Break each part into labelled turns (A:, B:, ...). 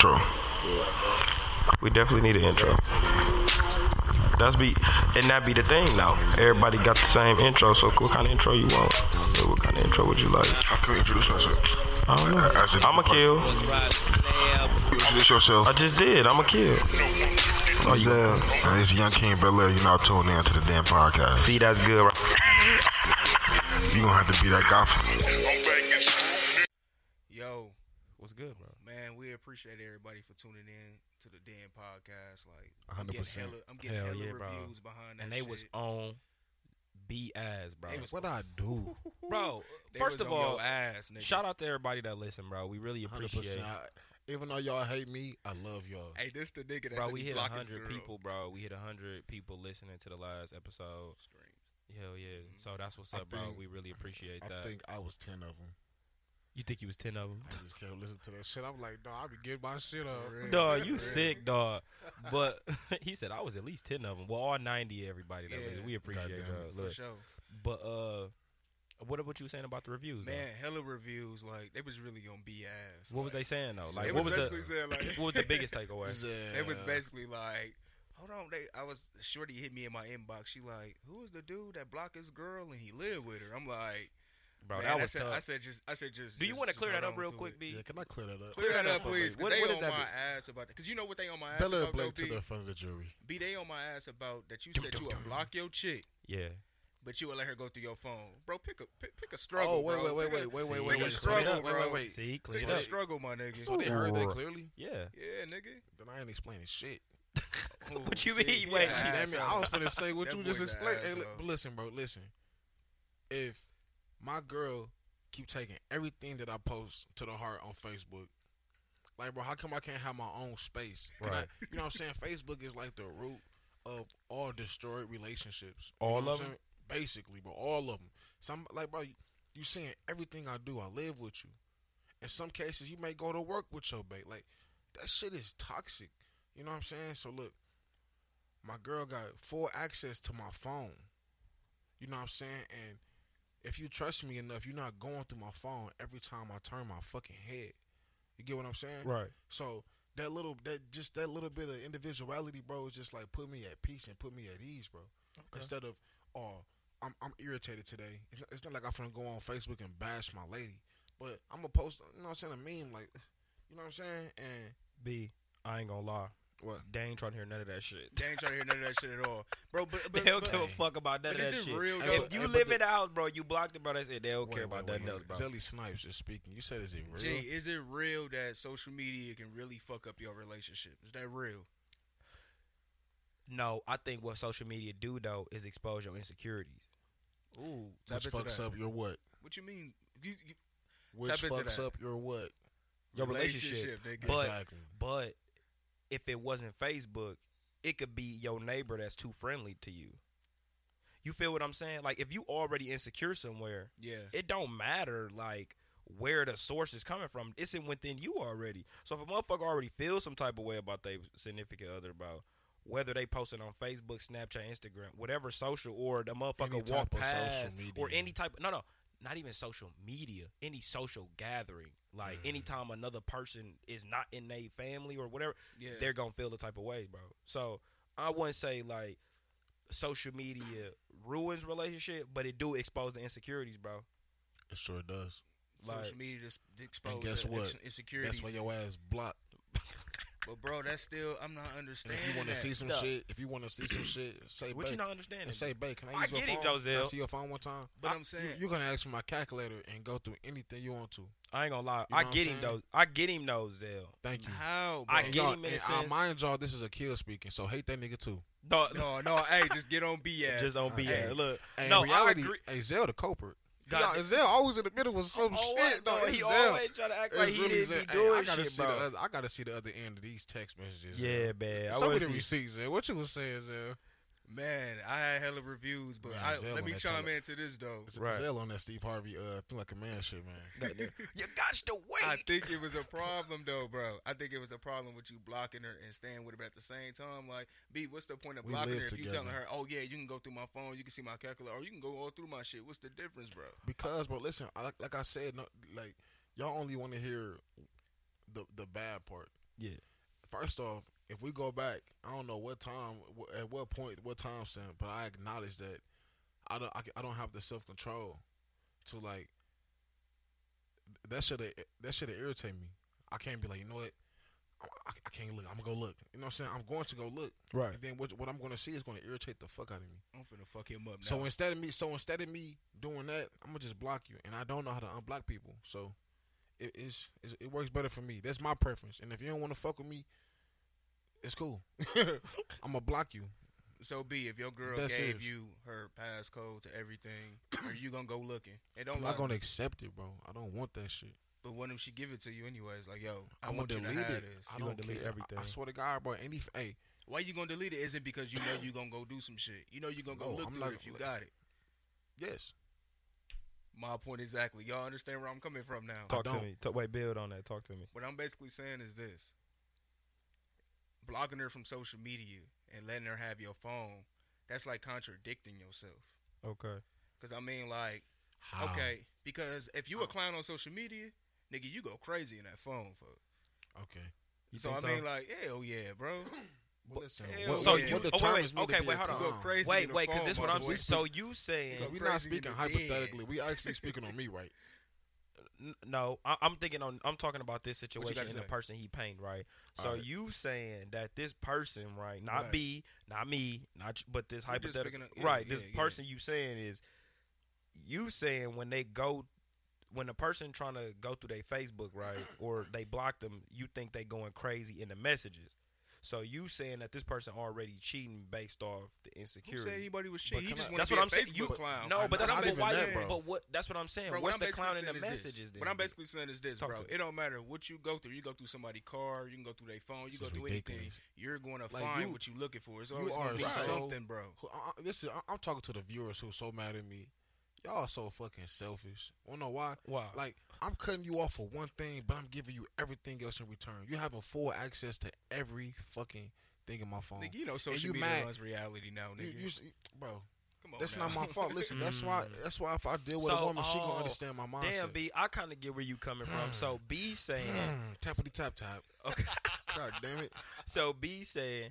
A: intro. We definitely need an intro. That's be and that be the thing now. Everybody got the same intro, so what kind of intro you want? What kind of intro would you like?
B: How can we introduce ourselves?
A: I don't know.
B: As a-
A: I'ma kill.
B: Introduce yourself.
A: I just did. I'ma kill.
B: Oh, yeah. And it's Young King Bel Air. You're not tuned in to the damn podcast.
A: See, that's good. Right?
B: You're going to have to be that guy. for-
C: Yo,
A: What's good, bro?
C: man, we appreciate everybody for tuning in to the damn podcast. Like, I'm getting
D: 100%.
C: hella, I'm getting
A: Hell
C: hella
A: yeah, bro.
C: reviews behind that
A: And they
C: shit.
A: was uh, on BS, bro.
C: They was-
D: What I do?
A: Bro,
C: They
A: first
C: was
A: of
C: on your
A: all,
C: ass, nigga.
A: shout out to everybody that listen, bro. We really
D: Hundred
A: appreciate it.
D: percent. Even though y'all hate me, I love y'all.
C: Hey, this the nigga that
A: Bro,
C: said
A: we
C: he
A: hit
C: block his
A: hundred
C: girl.
A: people, bro. We hit hundred people listening to the last episode.
C: Streams.
A: Hell yeah!
C: Mm-hmm.
A: So that's what's
D: I
A: up, bro.
D: think-
A: We really appreciate
D: I
A: that.
D: think I was ten of them.
A: you think you was ten of them?
D: I just kept listening to that shit. I'm like, no, I be getting my shit up.
C: For real.
A: Dog, you
C: Yeah.
A: sick, dog. But he said I was at least ten of them. Well, all ninety, everybody that
C: Yeah.
A: listened. We appreciate
D: Goddamn.
A: that.
C: For
A: Look,
C: sure.
A: but uh, what what you saying about the reviews? though?
C: Man, hella reviews. Like, they was really on BS.
A: what was they saying though?
C: They
A: Like,
D: It
A: what
C: was
A: was the
C: basically saying, like,
A: what was the biggest takeaway?
C: They
D: Yeah.
C: was basically like, hold on, they. I was shorty hit me in my inbox. She like, who is the dude that blocked his girl and he lived with her? I'm like,
A: Bro,
C: man,
A: that
C: I
A: was
C: said, I
A: tough.
C: said just, I said just.
A: Do you
C: just-
A: want to
C: just
A: clear that
C: hold
A: up
C: on
A: real
C: to
A: quick,
C: it.
A: B?
D: Yeah, can I clear that up?
C: Clear that up,
A: for me.
C: please. 'cause
A: What-
C: they
A: what did
C: on
A: that
C: my
A: be?
C: ass about that. Cause you know what they on my ass
D: Bella
C: about. though,
D: Blake to
C: B?
D: the front of the jury.
C: B, they on my ass about that you
D: Dum,
C: said
D: dum,
C: you would
D: dum.
C: block your chick,
A: Yeah.
C: but you would let her go through your phone, bro. Pick a pick, pick a struggle.
D: oh wait,
C: bro.
D: wait, wait,
C: Pick a-
D: wait, wait, wait,
A: See,
D: wait,
A: you
D: wait,
C: struggle,
D: wait, wait, wait,
C: bro.
D: wait.
A: See,
C: Pick
A: clean
C: a
A: up.
C: struggle, my nigga.
D: So they heard that clearly.
A: Yeah.
C: yeah, nigga.
D: Then I ain't explaining shit.
C: Ooh,
A: What you
C: see,
A: mean?
C: he an
A: Wait, you-
D: Damn it, I
C: asshole.
D: was finna say what
C: That
D: you just
C: boy's an
D: explained. Hey, li-
C: asshole.
D: but listen, bro, listen. If my girl keep taking everything that I post to the heart on Facebook, like, bro, how come I can't have my own space? Can I-
A: Right.
D: you know what I'm saying? Facebook is like the root of all destroyed relationships. You
A: All
D: know what
A: of
D: I'm
A: 'em?
D: saying? Basically, bro, all of them. Some like, bro, you, you seeing everything I do. I live with you. In some cases, you may go to work with your babe. Like, that shit is toxic. You know what I'm saying? So look, my girl got full access to my phone. You know what I'm saying? And if you trust me enough, you're not going through my phone every time I turn my fucking head. You get what I'm saying?
A: Right.
D: So that little that just that little bit of individuality, bro, is just like put me at peace and put me at ease, bro. Instead of oh, I'm I'm irritated today. It's not, it's not like I'm gonna go on Facebook and bash my lady, but I'm gonna post. You know what I'm saying? A meme like, you know what I'm saying? And
A: B, I ain't gonna lie.
D: What?
A: They ain't trying to hear none of that shit.
C: They ain't trying to hear none of that shit at all, bro. But, but
A: they don't
C: but-
A: give a fuck about none
C: but
A: of that
C: this is
A: shit.
C: real,
D: Hey,
C: though.
A: if you
D: but
A: live
D: the-
A: it out, bro, you blocked it, bro. That's it. They don't
D: Wait,
A: care
D: wait,
A: about
D: wait,
A: nothing else, bro.
D: Zelly- Zelly Snipes is speaking. You said, is it real?
C: Gee, is it real that social media can really fuck up your relationship? Is that real?
A: No, I think what social media do though is expose your insecurities.
C: Ooh, tap
D: Which
C: into
D: fucks
C: that.
D: up your what?
C: What you mean? You, you,
D: Which
C: Tap into
D: fucks
C: that.
D: up your what?
A: Your relationship.
C: nigga.
A: But-
D: exactly.
A: But if it wasn't Facebook, it could be your neighbor that's too friendly to you. You feel what I'm saying? Like if you already insecure somewhere,
C: yeah,
A: it don't matter like where the source is coming from. It's in within you already. So if a motherfucker already feels some type of way about their significant other, about whether they posted on Facebook, Snapchat, Instagram, whatever social, or the motherfucker
D: Any
A: walk
D: type of social
A: past, or
D: media.
A: any type. No, no, not even social media. Any social gathering, like
D: Mhm.
A: anytime another person is not in their family or whatever,
C: yeah.
A: they're gonna feel the type of way, bro. So I wouldn't say like social media ruins relationship, but it do expose the insecurities, bro.
D: It sure does.
C: social
A: like-
C: media just exposed
D: guess
C: the
D: what?
C: ex- insecurities.
D: That's why your ass blocked.
C: but bro, that's still I'm not
D: And
C: understanding.
D: if you want to
C: that.
D: see some
A: No.
D: shit, if you want to see some shit, say
A: What you
D: babe.
A: not understanding?
D: And say, babe, can I
A: I
D: use your
A: get it,
D: phone?
A: though,
D: Can I
A: Zell.
D: see your phone one time?
C: But
D: I-
C: I'm saying-
D: you, are gonna ask for my calculator and go through anything you want to.
A: I ain't gonna lie.
D: You know
A: I
D: what
A: get
D: I'm
A: him
D: saying?
A: though. I get him though, Zell.
D: Thank you.
C: how? Bro?
A: I
D: And
A: get
D: y'all-
A: him in a
D: and I
A: sense.
D: mind y'all, this is a kill speaking, so hate that nigga too.
A: No, no,
C: no, no. hey, just get on BS.
D: uh,
A: just don't be
D: Hey.
A: at. Look,
D: And
A: no,
D: in reality,
A: I agree.
D: hey, Zell the culprit.
A: God,
D: Y'all, Zell always in the middle with some
A: oh,
D: shit.
A: what,
D: though.
A: though? he
D: It's Zell.
A: always try to act
D: It's
A: like he
D: really
A: didn't
D: Zell.
A: be
D: Hey, I
A: doing
D: gotta
A: shit,
D: see the
A: bro.
D: other, I gotta see the other end of these text messages. Zell.
A: Yeah, man. I
D: Some of
A: wanna
D: the
A: see-
D: receipts, Zell. What you was saying, Zell?
C: Man, I had hella reviews, but
D: Man,
C: I,
D: Zell
C: let
D: on
C: me
D: that
C: chime
D: toilet.
C: into this though.
D: Z-
A: Right.
D: Zell on that Steve Harvey, uh, thing like a man shit, man.
A: You got to
C: I
A: wait.
C: think it was a problem though, bro. I think it was a problem with you blocking her and staying with her but at the same time. Like, B, what's the point of
D: We
C: blocking
D: live
C: her if you telling
D: together.
C: her, oh yeah, you can go through my phone, you can see my calculator, or you can go all through my shit. What's the difference, bro?
D: Because, bro, listen, I, like I said, no, like y'all only want to hear the the bad part.
A: Yeah.
D: first off, if we go back, I don't know what time, wh- at what point, what time stamp, but I acknowledge that I don't, I, c- I don't have the self control to like. That should have, that should have irritated me. I can't be like, you know what, I, I, I can't look. I'm gonna go look. You know what I'm saying? I'm going to go look.
A: Right.
D: And then what, what I'm gonna see is gonna irritate the fuck out of me.
C: I'm finna fuck him up now.
D: So instead of me, so instead of me doing that, I'm gonna just block you, and I don't know how to unblock people. So it is it works better for me. That's my preference. And if you don't want to fuck with me, it's cool. I'm gonna block you.
C: So B, if your girl
D: That's
C: gave
D: serious.
C: you her passcode to everything, are you gonna go looking? And don't
D: I'm not
C: lie.
D: gonna accept it, bro. I don't want that shit.
C: But what if she give it to you anyways? Like, yo, I,
D: I'm gonna
C: want you to
D: delete
C: have
D: it.
C: this.
D: I
A: You
D: don't
A: gonna delete
D: care. I- I,
A: everything.
D: swear to God, bro. Any f- hey,
C: Why you gonna delete it? Is it because you know you gonna go do some shit? You know you gonna go
D: No,
C: look
D: I'm
C: through
D: not
C: it if you
D: gonna-
C: got it.
D: yes,
C: My point exactly. Y'all understand where I'm coming from now.
A: Talk to
D: don't.
A: me. Ta- wait, build on that. Talk to me.
C: What I'm basically saying is this: blocking her from social media and letting her have your phone. That's like contradicting yourself.
A: Okay.
C: Cause I mean, like,
D: How?
C: okay, because if you a clown on social media, nigga, you go crazy in that phone for.
D: okay.
A: You
C: so I
A: think so?
C: mean, like, hell yeah, bro.
D: Well, listen,
C: hell
D: what,
A: So
D: what-
A: you-
D: what
A: oh, wait,
D: determines
A: wait,
D: me to
A: okay,
D: be a
A: wait, hold on.
C: You go
D: clown?
C: crazy. in
A: wait,
C: the
A: wait, because
C: phone,
A: this
C: my
A: what I'm.
C: boy.
A: So you
C: You
A: saying
C: go-
D: We're not
C: crazy in
D: speaking
C: the
D: hypothetically.
C: bed.
D: We actually speaking on me, right?
A: n- no? I, I'm thinking on. I'm talking about this
C: you
A: situation
C: gotta
A: and the
C: say?
A: person he paint, right? So
D: Alright.
A: you saying that this person, right? Not
C: Right.
A: B, not me, not you, but this
C: We're just
A: hypothetical,
C: picking up- yeah,
A: right? This
C: yeah, yeah.
A: person you saying is you saying when they go. When a person trying to go through their Facebook, right, or they block them, you think they going crazy in the messages. So you saying that this person already cheating based off the
C: Who
A: insecurity?
C: said anybody was shit?
D: But
C: He
D: can
C: just
D: I-
C: want
A: that's
C: to
A: what
C: be a
A: I'm saying.
C: Facebook
A: You-
C: clown.
A: No, but that's
D: not not
A: what, but
D: even
A: why
D: that,
A: you,
D: bro.
A: but what that's what I'm saying.
C: Bro, what
A: What's
C: I'm
A: the
C: basically
A: clown in the
C: saying is this.
A: messages then?
C: What I'm basically saying is this,
A: Talk
C: bro.
A: to me.
C: It don't matter what you go through. You go through somebody's car. You can go through their phone. You
D: This
C: go
D: is
C: through anything.
D: ridiculous.
C: You're going to
D: Like,
C: find
D: you-
C: what you looking for. It's
D: you
C: always
D: are
C: going to be
D: so-
C: something, bro.
D: Who- I, I- this is I, I'm talking to the viewers who are so mad at me. Y'all are so fucking selfish. Wanna know why?
A: Wow.
D: Like I'm cutting you off for one thing, but I'm giving you everything else in return. You have a full access to every fucking thing in my phone.
C: Nigga, you know social
D: you
C: media
D: mad-
C: runs reality now,
D: You-
C: nigga.
D: you s- bro,
C: Come on
D: that's
C: now.
D: not my fault. Listen, that's why. That's why if I deal with
A: Mm. So,
D: a woman, she
A: oh,
D: gonna understand my mindset.
A: Damn, B, I kind of get where you coming
D: Hmm.
A: from. So B saying,
D: Mm, tappity tap tap.
A: okay,
D: God damn it.
A: so B saying,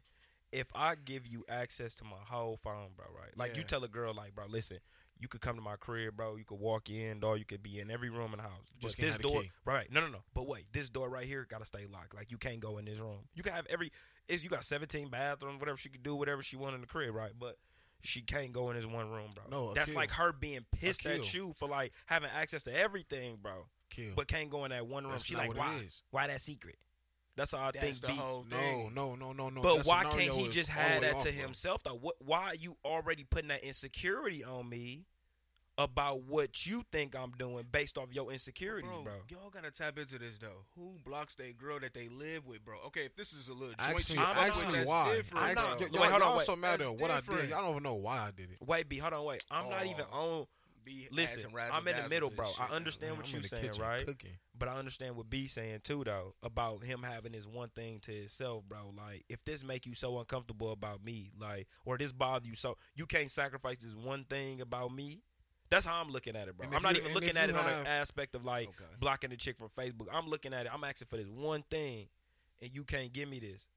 A: if I give you access to my whole phone, bro, right? Like you
C: Yeah.
A: tell a girl, like, bro, listen, you could come to my crib, bro. You could walk in, dog. You could be in every room in the house. but
D: Just can't
A: this
D: have the
A: door,
D: key.
A: right? No, no, no. But wait, this door right here gotta stay locked. Like you can't go in this room. You can have every. If you got 17 bathrooms, whatever she could do, whatever she want in the crib, right? But she can't go in this one room, bro.
D: No, a
A: that's
D: kill.
A: like her being pissed at
D: kill.
A: you for like having access to everything, bro.
D: Kill.
A: But can't go in that one room.
D: That's
A: she
D: not
A: like,
D: what it
A: why?
D: is.
A: Why that secret? That's all I
C: That's
A: think.
C: the
A: B.
C: whole
D: no,
C: thing.
D: no, no, no, no.
A: But
D: That
A: why can't
D: scenario
A: he
D: is
A: just
D: all the
A: have
D: way
A: that
D: off,
A: to
D: bro.
A: himself though? What, why are you already putting that insecurity on me about what you think I'm doing based off your insecurities,
C: Bro,
A: bro?
C: y'all gotta tap into this though. Who blocks that girl that they live with, bro? Okay, if this is a little joint,
D: Ask me,
C: you
A: I'm
C: got,
D: ask
A: not-
D: me
C: that's
D: why.
C: different,
D: Ask-
A: I'm
C: bro.
A: not-
D: Yo,
A: Wait, hold
D: y'all
A: on, wait.
D: so mad
C: That's
D: at what I did.
C: different.
D: Y'all don't even know why I did it.
A: Wait, B, hold on, wait. I'm not
C: Oh.
A: even on.
C: Be
A: Listen,
C: ass and razzle
A: I'm in the
C: dazzle
A: middle,
C: to
A: bro.
C: this
A: I
C: shit, man.
A: understand
D: Man,
A: what
D: I'm
A: you
D: in the
A: saying,
D: kitchen
A: right?
D: Cooking.
A: But I understand what B saying too, though, about him having his one thing to himself, bro. Like, if this make you so uncomfortable about me, like, or this bother you so, you can't sacrifice this one thing about me. That's how I'm looking at it, bro.
D: And if
A: I'm not
D: you-
A: even
D: and if
A: looking at it
D: you
A: on
D: have-
A: an aspect of like
C: Okay.
A: blocking the chick from Facebook. I'm looking at it. I'm asking for this one thing, and you can't give me this.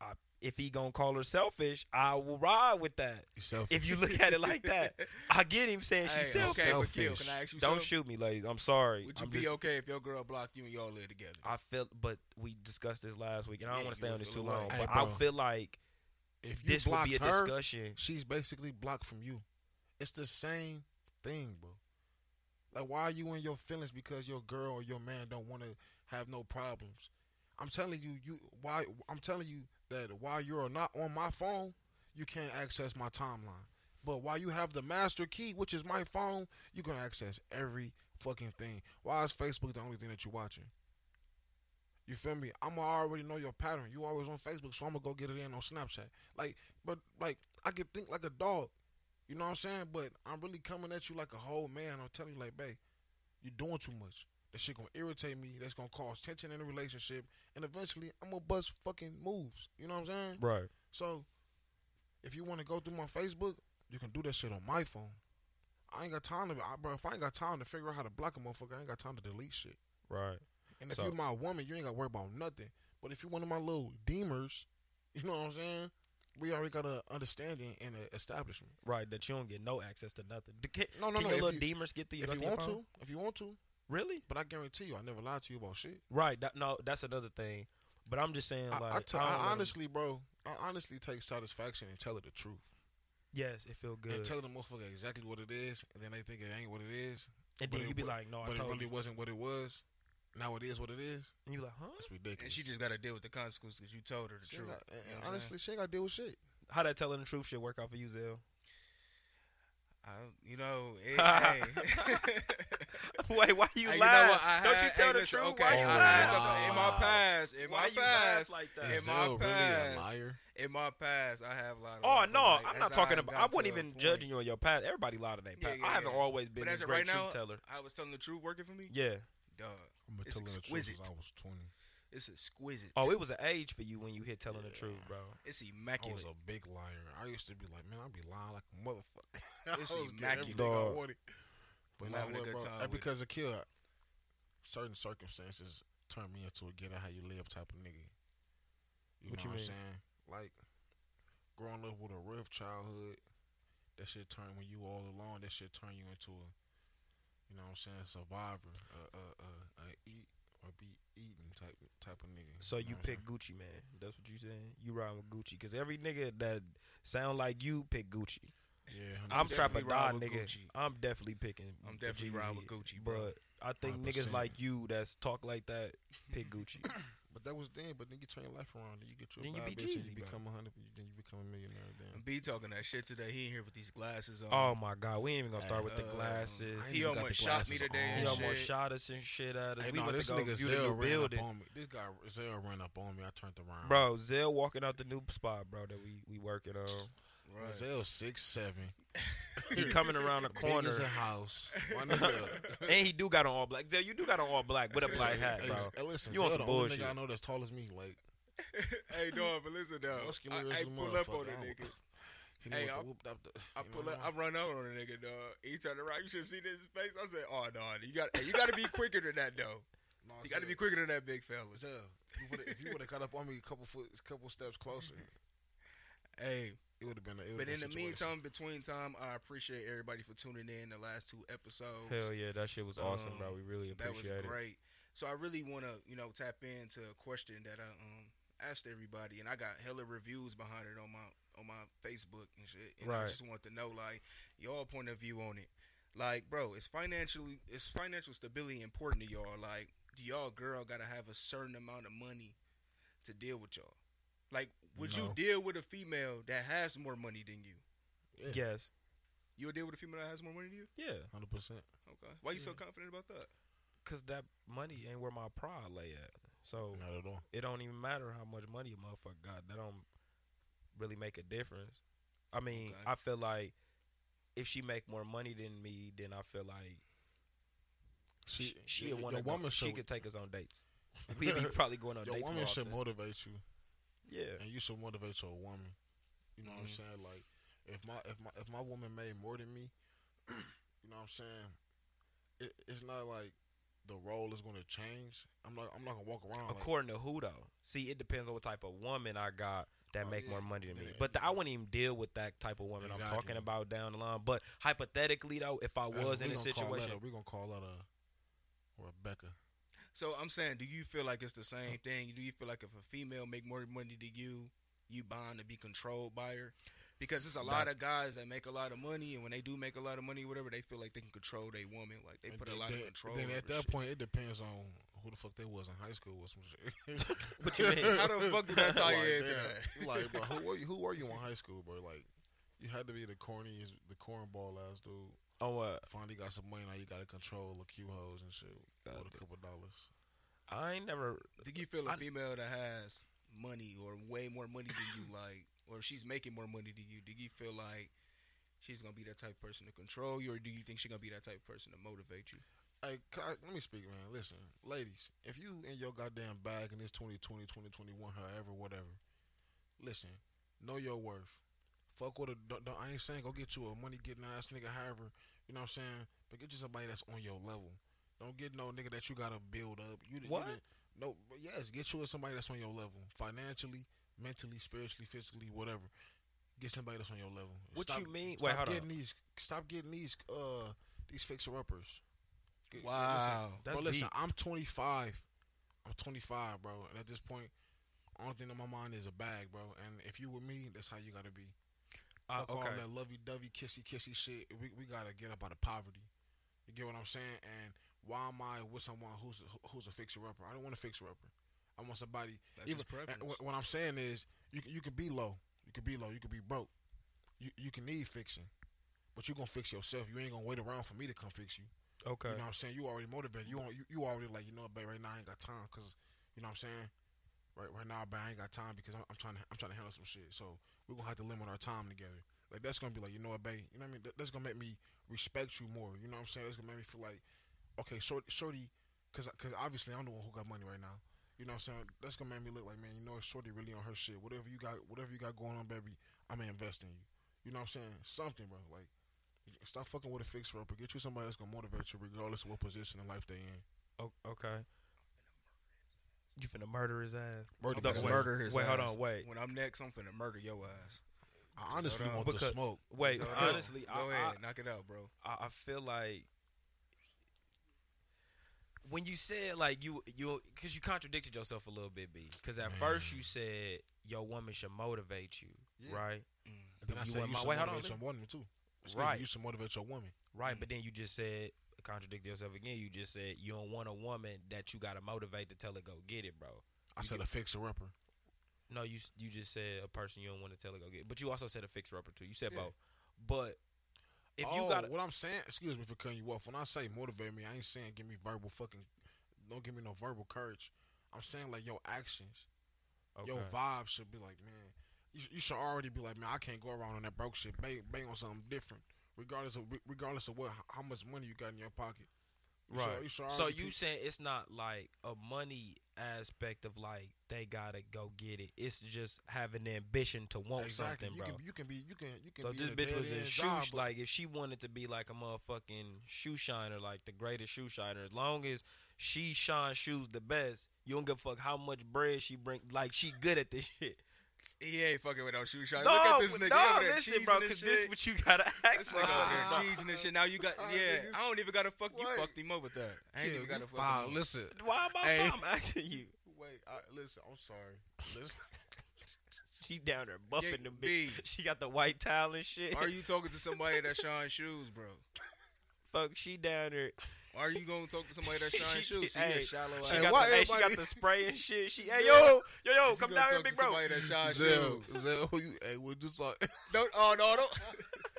A: I, if he gonna call her selfish, I will ride with that.
D: You selfish.
A: If you look at it like that, I get him saying
C: Hey,
A: she's selfish.
C: Okay, but Gil,
D: Selfish.
C: can I ask you
A: Don't
C: something?
A: shoot me, ladies. I'm sorry.
C: Would you
A: I'm
C: be
A: just-
C: okay if your girl blocked you and y'all live together?
A: I feel, but we discussed this last week, and I don't
C: Yeah,
A: want to
C: you
A: stay on
C: would
A: this too
C: feel
A: long.
C: away.
D: Hey,
A: but I
D: bro.
A: feel like
D: if you
A: this would
D: blocked
A: be a
D: her,
A: discussion.
D: she's basically blocked from you. It's the same thing, bro. Like, why are you in your feelings because your girl or your man don't want to have no problems? I'm telling you, you why I'm telling you that while you're not on my phone, you can't access my timeline. But while you have the master key, which is my phone, you're gonna access every fucking thing. Why is Facebook the only thing that you're watching? You feel me? I'm already know your pattern. You always on Facebook, so I'm gonna go get it in on Snapchat. Like, but like I can think like a dog. You know what I'm saying? But I'm really coming at you like a whole man. I'm telling you, like, babe, you doing too much. That shit gonna irritate me. That's gonna cause tension in the relationship, and eventually I'm gonna bust fucking moves. You know what I'm saying?
A: Right.
D: So, if you want to go through my Facebook, you can do that shit on my phone. I ain't got time to, I, bro. If I ain't got time to figure out how to block a motherfucker, I ain't got time to delete shit.
A: Right.
D: And if
A: So-
D: you my woman, you ain't got to worry about nothing. But if you're one of my little demons, you know what I'm saying? We already got an understanding and an establishment.
A: Right, that you don't get no access to nothing. D- Can,
D: No, no,
A: can
D: no.
A: your
D: if
A: little
D: you,
A: demons get to you?
D: if you
A: your
D: want
A: phone?
D: to, if you want to,
A: Really?
D: but I guarantee you, I never lied to you about shit.
A: Right. That, no, that's another thing. But I'm just saying,
D: I,
A: like,
D: I, t-
A: I don't
D: I
A: wanna-
D: honestly, bro, I honestly take satisfaction in telling the truth
A: yes, it feel good.
D: and
A: And,
D: telling the motherfucker exactly what it is, and then they think it ain't what it is, but
A: then
D: it
A: you be
D: wa-
C: Oh,
A: like, no, I
D: but it
A: told
D: really
A: you.
D: wasn't what it was. Now it is what it is.
A: And you be like, huh?
D: That's ridiculous.
C: And she just got to deal with the consequences because you told her the
D: She
C: truth.
D: ain't got- and-
C: You know
D: and
C: what I'm
D: honestly, she ain't got to deal with shit.
A: How that telling the truth shit work out for you, Zell?
C: I, you know, it, hey.
A: Wait, why you
C: Hey, you
A: lying?
C: know what? I
A: Don't you
C: had-
A: tell
C: hey,
A: the
C: listen,
A: truth?
C: Okay,
A: Why
D: Oh,
C: I
A: you lying?
C: had
D: wow.
A: about
C: something
A: it?
C: in my past, in
A: Why
C: my
A: you lying
C: past,
A: like
C: In
A: that?
D: Is
C: my
D: Zell really a
C: past.
D: liar?
C: in my past, I have lied. a
A: Oh
C: lot, but,
A: no,
C: like,
A: I'm
C: as
A: not
C: I
A: talking
C: have
A: about. I
C: gotten
A: wasn't
C: to a
A: even
C: point-
A: judging you on your past. Everybody lied on their
C: Yeah,
A: past.
C: yeah,
A: I haven't
C: yeah.
A: always been
C: But
A: this
C: as of
A: great
C: right now,
A: truth teller.
C: I was telling the truth working for me.
A: Yeah.
C: Dog,
D: I'm
C: It's telling the truth since exquisite. I
D: was 20.
C: it's exquisite.
A: Oh, it was an age for you when you hit telling the
D: Yeah.
A: truth, bro.
C: it's
D: I
C: immaculate.
D: was a big liar. I used to be like, man, I'd be lying like a motherfucker.
C: This
D: I was
C: is
D: getting
C: Mackey,
D: everything
A: dog.
D: I wanted. But
C: I'm
D: now
C: having a
D: what,
C: good
D: bro?
C: time
D: That
C: with it.
D: because of kill, certain circumstances turn me into a get out how you live type of nigga. You
A: What
D: know
A: you mean?
D: what I'm saying? Like growing up with a rough childhood, that shit turn when you all alone. That shit turn you into a, you know what I'm saying, survivor, a a a, a eat or be eaten type type of nigga.
A: So you
D: know what I'm
A: pick Gucci, man. That's what you saying. You ride with Gucci because every nigga that sound like you pick Gucci.
D: saying? yeah,
A: I'm,
C: I'm
A: trying to
C: definitely riding with
A: nigga.
C: Gucci.
A: I'm definitely picking.
C: I'm
A: the
C: definitely
A: Jeezy
C: riding with
A: hit.
C: Gucci, bro.
A: But I think niggas
D: 100%.
A: like you that's talk like that pick Gucci.
D: But that was then. But then you turn your life around. Then you get your
A: Then you
D: bad
A: be
D: bitch, and
A: Jeezy,
D: you
A: bro.
D: become a hundred. Then you become a millionaire. Then
C: B talking that shit today. He in here with these glasses on.
A: oh my god, we ain't even gonna start with the
C: Uh,
A: glasses.
D: I ain't
C: he
D: even got
C: almost shot
D: the
C: me
D: glasses
C: today.
D: on.
A: He
C: and
A: almost
C: shit.
A: shot us and shit out of.
D: Hey,
A: we
D: no,
A: about
D: this
A: to go
D: nigga
A: view the
D: Zell
A: new
D: ran
A: building,
D: up on me. This guy Zell ran up on me. I turned around.
A: bro. Zell walking out the new spot, bro. That we we working on.
C: Right.
D: Zell six seven.
A: He coming around the
D: Corner
A: corner,
D: is a house. My nigga.
A: and he do got on all black. Zell, you do got on all black with a black hat,
D: Hey,
A: bro.
D: hey, listen,
A: You
D: Zell
A: on
D: the
A: some
D: only
A: bullshit.
D: nigga I know that's tall as me. Like
C: hey, dog, but listen though.
D: muscular
C: I,
D: as
C: I
D: a
C: pull up on
D: motherfucker.
C: a
D: I don't-
C: nigga.
D: He
C: Hey,
D: hey,
C: I-
D: the whoop, up the,
C: I
D: you know
C: pull
D: what
C: up. I run over on a nigga, dog. He turned around. You should see this face. I said, "Oh, no, you got. Hey, you got to be quicker than that, though.
D: No,
C: You got to
D: Zell,
C: be quicker than that, big fella."
D: Zell, you would've- if you would have got up on me a couple foot, couple steps closer,
C: Hey,
D: it would have been. A, it would've
C: but
D: been
C: in the
D: a situation.
C: meantime, between time, I appreciate everybody for tuning in the last two episodes.
A: Hell yeah, that shit was awesome,
C: Um,
A: bro. We really
C: that was
A: appreciate it.
C: great. So I really want to, you know, tap into a question that I um asked everybody, and I got hella reviews behind it on my on my Facebook and shit. And I
A: Right.
C: just want to know like y'all point of view on it. Like, bro, is financially is financial stability important to y'all? Like, do y'all girl gotta have a certain amount of money to deal with y'all? Like, would you
D: No.
C: deal with a female that has more money than you?
D: Yeah,
A: Yes,
C: You'll deal with a female that has more money than you?
A: yeah.
D: hundred percent.
C: Okay. Why you so
A: Yeah.
C: confident about that?
A: Cause that money ain't where my pride lay at. So
D: Not at all.
A: it don't even matter how much money a motherfucker got. That don't really make a difference. I mean,
C: Okay.
A: I feel like if she make more money than me, then I feel like she she
D: your-
A: would want to
D: your woman
A: She
D: should-
A: could take us on dates. We'd be probably going on
D: Your
A: dates.
D: woman
A: more
D: should
A: often.
D: motivate you,
A: yeah, Mm-hmm.
D: and you should motivate your woman. You know what I'm saying? Like, if my if my if my woman made more than me, you know what I'm saying? It, it's not like the role is going to change. I'm not I'm not gonna walk around. like,
A: according to who though. See, it depends on what type of woman I got that
D: Oh,
A: make
D: yeah.
A: more money than me.
D: Yeah,
A: But the,
D: yeah.
A: I wouldn't even deal with that type of woman I'm
D: Exactly.
A: talking about down the line. But hypothetically though, if I
D: that's-
A: was
D: we
A: in a
D: gonna call that
A: situation,
D: a- we gonna call that a Rebecca.
C: So I'm saying, do you feel like it's the
D: Oh.
C: same thing? Do you feel like if a female make more money than you, you bound to be controlled by her? Because there's a lot
A: That-
C: of guys that make a lot of money, and when they do make a lot of money, whatever, they feel like they can control their woman. Like they
D: And
C: put a
D: then-
C: lot
D: then,
C: of control.
D: Then
C: over
D: at that
C: shit.
D: point, it depends on who the fuck they was in high school or some shit.
A: What you mean?
C: How the fuck did that tie
D: like,
C: in to
D: damn.
C: that?
D: You like, bro, who were you? Who were you in high school, bro? Like, you had to be the corniest, the cornball ass dude.
A: on Oh, what?
D: Finally got some money now. You got to control the Q hoes and shit with a couple dollars.
A: I ain't never
C: do you feel a
A: I-
C: female that has money or way more money than you, like, or if she's making more money than you, do you feel like she's gonna be that type of person to control you, or do you think she's gonna be that type of person to motivate you?
D: Hey, can I- let me speak, man. Listen, ladies, if you in your goddamn bag in this 2020, 2021, however, whatever, listen, know your worth. Fuck with a. Don't, don't, I ain't saying go get you a money getting ass nigga, however, you know what I'm saying? But get you somebody that's on your level. Don't get no nigga that you gotta build up. You, the- you
A: What?
D: the- No, but yes, get you with somebody that's on your level, financially, mentally, spiritually, physically, whatever. Get somebody that's on your level.
A: What you mean-
D: Stop
A: wait, hold on.
D: getting these. Stop getting these. Uh, these fixer uppers.
C: Wow.
A: That's
D: bro, listen,
A: deep.
D: I'm 25. I'm 25, bro. And at this point, only thing on my mind is a bag, bro. And if you with me, that's how you gotta be.
A: Uh,
D: Fuck
A: okay.
D: all that lovey-dovey, kissy-kissy shit. We, we gotta get up out of poverty. You get what I'm saying? And why am I with someone who's who- who's a fixer-upper? I don't want a fixer-upper. I want somebody.
C: That's his preference.
D: and wh- what I'm saying is, you c- you could be low, you could be low, you could be broke, you you can need fixing, but you gonna fix yourself. You ain't gonna wait around for me to come fix you.
A: Okay.
D: You know what I'm saying? You already motivated. You, al- you you already like you know, babe. Right now I ain't got time because you know what I'm saying. Right right now, babe, I ain't got time because I'm, I'm trying to I'm trying to handle some shit. So we're gonna have to limit our time together. Like that's gonna be like you know what, babe. You know what I mean? That, that's gonna make me respect you more. You know what I'm saying? That's gonna make me feel like okay, short, shorty, because because obviously I'm the one who got money right now. You know what I'm saying? That's gonna make me look like man. You know, what, shorty really on her shit. Whatever you got, whatever you got going on, baby, I'm gonna invest in you. You know what I'm saying? Something, bro. Like. Stop fucking with a fixer upper. Get you somebody that's gonna motivate you regardless of what position in life they in.
A: O- okay. You finna murder his ass.
D: Murder
A: The-
D: his
A: wait,
D: ass.
C: Murder his
A: Wait, hold
C: ass.
A: on. Wait,
C: When I'm next, I'm finna murder your ass.
D: I honestly
C: Hold on.
D: want
A: Because-
D: the smoke.
A: wait.
C: Go ahead.
A: honestly, I,
C: go
A: I,
C: ahead, knock it out, bro.
A: I, I feel like when you said like you you because you contradicted yourself a little bit, B. Because at
D: Man.
A: first you said your woman should motivate you,
D: Yeah.
A: right?
D: And then I
A: You
D: say
A: want
D: you
A: my-
D: should
A: wait, hold on,
D: motivate your
A: let
D: woman too. Excuse
A: Right.
D: Me, you should motivate your woman.
A: Right, but then you just said contradict yourself again. You just said you don't want a woman that you gotta motivate to tell her go get it, bro.
D: I said a fixer upper.
A: No, you s- you just said a person you don't want to tell her go get, it. but you also said a fixer upper too. You said
D: Yeah.
A: both, but if
D: oh,
A: you got
D: what I'm saying, excuse me for cutting you off. When I say motivate me, I ain't saying give me verbal fucking. Don't give me no verbal courage. I'm saying like your actions,
A: okay,
D: your vibe should be like, man, you, sh- you should already be like, man, I can't go around on that broke shit. Bang, bang on something different, regardless of regardless of what how much money you got in your pocket. You should-
A: right.
D: you should
A: so
D: already
A: you
D: be-
A: saying it's not like a money aspect of like they gotta go get it. It's just having the ambition to want
D: Exactly.
A: something,
D: you
A: bro.
D: Can, you can be, you can, you can.
A: so
D: be
A: this
D: a
A: bitch was in
D: dead-end
A: shoe
D: job,
A: sh-
D: but
A: like if she wanted to be like a motherfucking shoe shiner, like the greatest shoe shiner, as long as she shines shoes the best, you don't give a fuck how much bread she bring. Like she good at this shit.
C: He ain't fucking with no shoe shot.
A: No,
C: Look at this nigga.
A: no,
C: over there
A: listen,
C: cheesing
A: bro,
C: and
A: because
C: shit.
A: this what you gotta ask
C: This
A: for.
C: nigga over
D: Ah.
C: there cheesing and shit. Now you got
D: Ah,
C: yeah.
D: niggas-
C: I don't even gotta fuck you.
D: What?
C: Fucked him up with that. I ain't
D: yeah,
C: even gotta
D: you
C: fuck
D: fine.
C: him up.
D: Listen,
A: Why am I?
D: Hey.
A: I'm asking you.
D: wait, I, listen. I'm sorry. Listen,
A: She down there buffing
C: Yeah,
A: them bitch.
C: B.
A: She got the white towel and shit.
C: Are you talking to somebody that shines shoes, bro?
A: Fuck, she down there.
C: Are you gonna talk to somebody that
A: She-
C: shines shoes? She
A: hey,
C: a shallow
A: She
D: Hey,
C: ass.
A: got,
D: why
A: the, hey, she got
D: everybody-
A: the spray and shit. She, hey,
D: Yeah.
A: yo, yo, yo,
C: You
A: come
C: gonna
A: down here,
C: talk to
A: big bro.
C: Somebody that shines
D: Zell,
C: shoes.
D: Zell, you, hey, we just saw
C: Don't. Oh no, don't.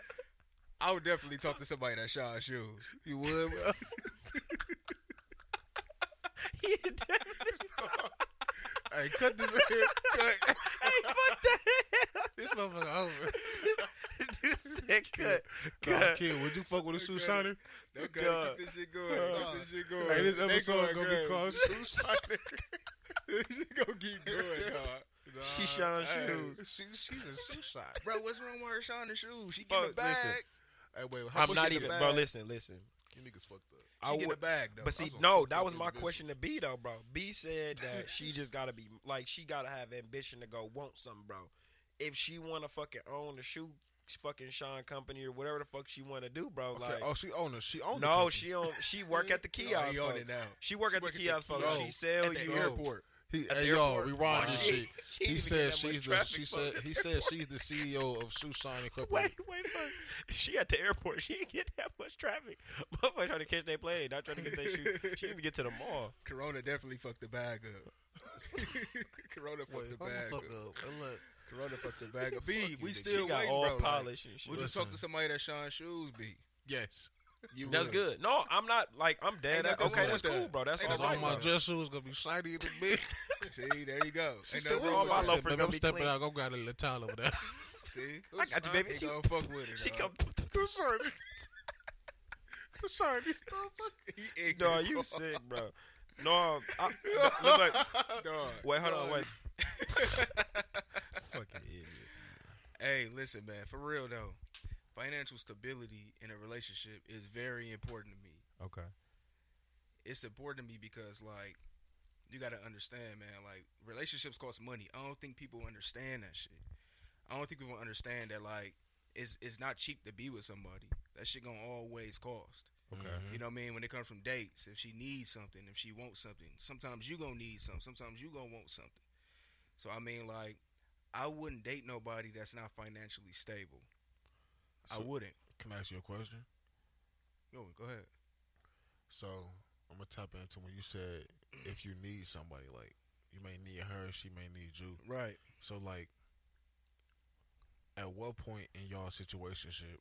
C: I would definitely talk to somebody that shines shoes.
D: you would. Bro.
A: hey, fuck
D: hey, cut this. cut.
A: that.
D: This motherfucker over.
A: Dude said cut.
D: Nah,
A: cut.
D: kid, would you fuck with a shoe
C: Okay.
D: shiner?
C: Don't gotta
A: God.
C: keep this shit going. Keep this shit going.
D: Hey, this
C: They
D: episode
C: going
D: gonna be
C: crazy.
D: called shoe shiner.
C: this shit gonna keep going, dog.
A: She shines
D: hey,
A: shoes.
D: She, she's a shoe shiner.
C: Bro, what's wrong with her shining shoes? She
A: Fuck,
C: get a bag.
A: listen.
D: Hey, wait, how
A: I'm
D: much
A: not
D: in the
A: even,
D: bag?
A: bro. Listen, listen.
D: You niggas fucked up.
C: She
A: I
C: get
A: would,
C: a bag though.
A: But see,
D: That's a
A: no,
D: fucked
A: that
D: up
A: was my
D: individual.
A: question to B though, bro. B said that she just gotta be like she gotta have ambition to go want something, bro. If she wanna fucking own the shoe fucking Sean company or whatever the fuck she wanna do, bro,
D: Okay,
A: like
D: oh, she owner. She owns. the
A: no,
D: company.
A: she on she work at the
C: Oh,
A: kiosk.
C: he on
A: folks.
C: it now.
A: She work
C: She
A: at
C: work
A: the kiosk, folks. She
C: kiosk.
A: sell
C: At the
A: you.
C: airport.
D: He,
A: At the
D: hey, yo,
A: airport.
D: rewind this
A: She-
D: shit.
A: she
D: He
A: even
D: said
A: get that much
D: she's the.
A: traffic,
D: She
A: folks,
D: said
A: at
D: he
A: the
D: said
A: airport.
D: she's the CEO of Shoe Shining Company.
A: Wait, wait, folks. She at the airport. She didn't get that much traffic. Motherfucker trying to catch their plane, not trying to get their shoe. She need to get to the mall.
C: Corona definitely fucked the bag up. Corona fucked the
D: Wait, hold
C: bag
D: the
C: up.
D: fuck up. And look,
C: Corona fucked the bag up. B,
D: Fuck you,
C: we
D: nigga.
C: still
A: she got
C: waiting,
A: all
C: bro. Like,
A: polished and shit.
C: would you talk to
D: Listen.
C: somebody that shines shoes, B?
D: yes,
C: You
A: That's
C: would.
A: good. No, I'm not like I'm dead.
C: Ain't
A: That,
C: nothing
A: okay,
C: wrong
A: that's
C: with
A: cool,
C: that.
A: bro. That's
C: Ain't
A: all
C: nothing
A: right.
D: because all
C: wrong
A: bro.
D: my
C: with
D: dress shoes gonna be shiny in the bit.
C: See, there you go.
D: She
C: Ain't
D: said,
C: nothing wrong
A: "Where
D: "Where
A: all
D: you
C: with
A: my
C: it.
A: loafers
D: going?" I said, "Baby,
A: gonna
D: I'm
A: be
D: stepping
A: clean?"
D: out. Go grab a little towel over there.
C: See,
A: I got you, baby.
C: They
A: She-
C: gonna fuck with it.
A: She
C: dog.
A: come.
D: Go shiny. Go shiny.
C: He ignorant,
A: No, you
C: dog.
A: sick, bro. No, I, look, look,
C: Dog.
A: wait, hold on,
C: Dog.
A: wait. Fucking idiot.
C: Hey, listen, man. For real though, financial stability in a relationship is very important to me.
A: Okay.
C: It's important to me because, like, you gotta understand, man. Like relationships cost money. I don't think people understand that shit. I don't think people understand that like it's it's not cheap to be with somebody. That shit gonna always cost.
A: Okay.
C: You know what I mean? When it comes from dates, if she needs something, if she wants something, sometimes you gonna need something. Sometimes you gonna want something. So I mean, like, I wouldn't date nobody that's not financially stable. I
D: So-
C: wouldn't.
D: Can I ask you a question?
C: Yo, go ahead.
D: So I'm gonna tap into when you said if you need somebody, like you may need her, she may need you.
C: Right.
D: So like, at what point in y'all situationship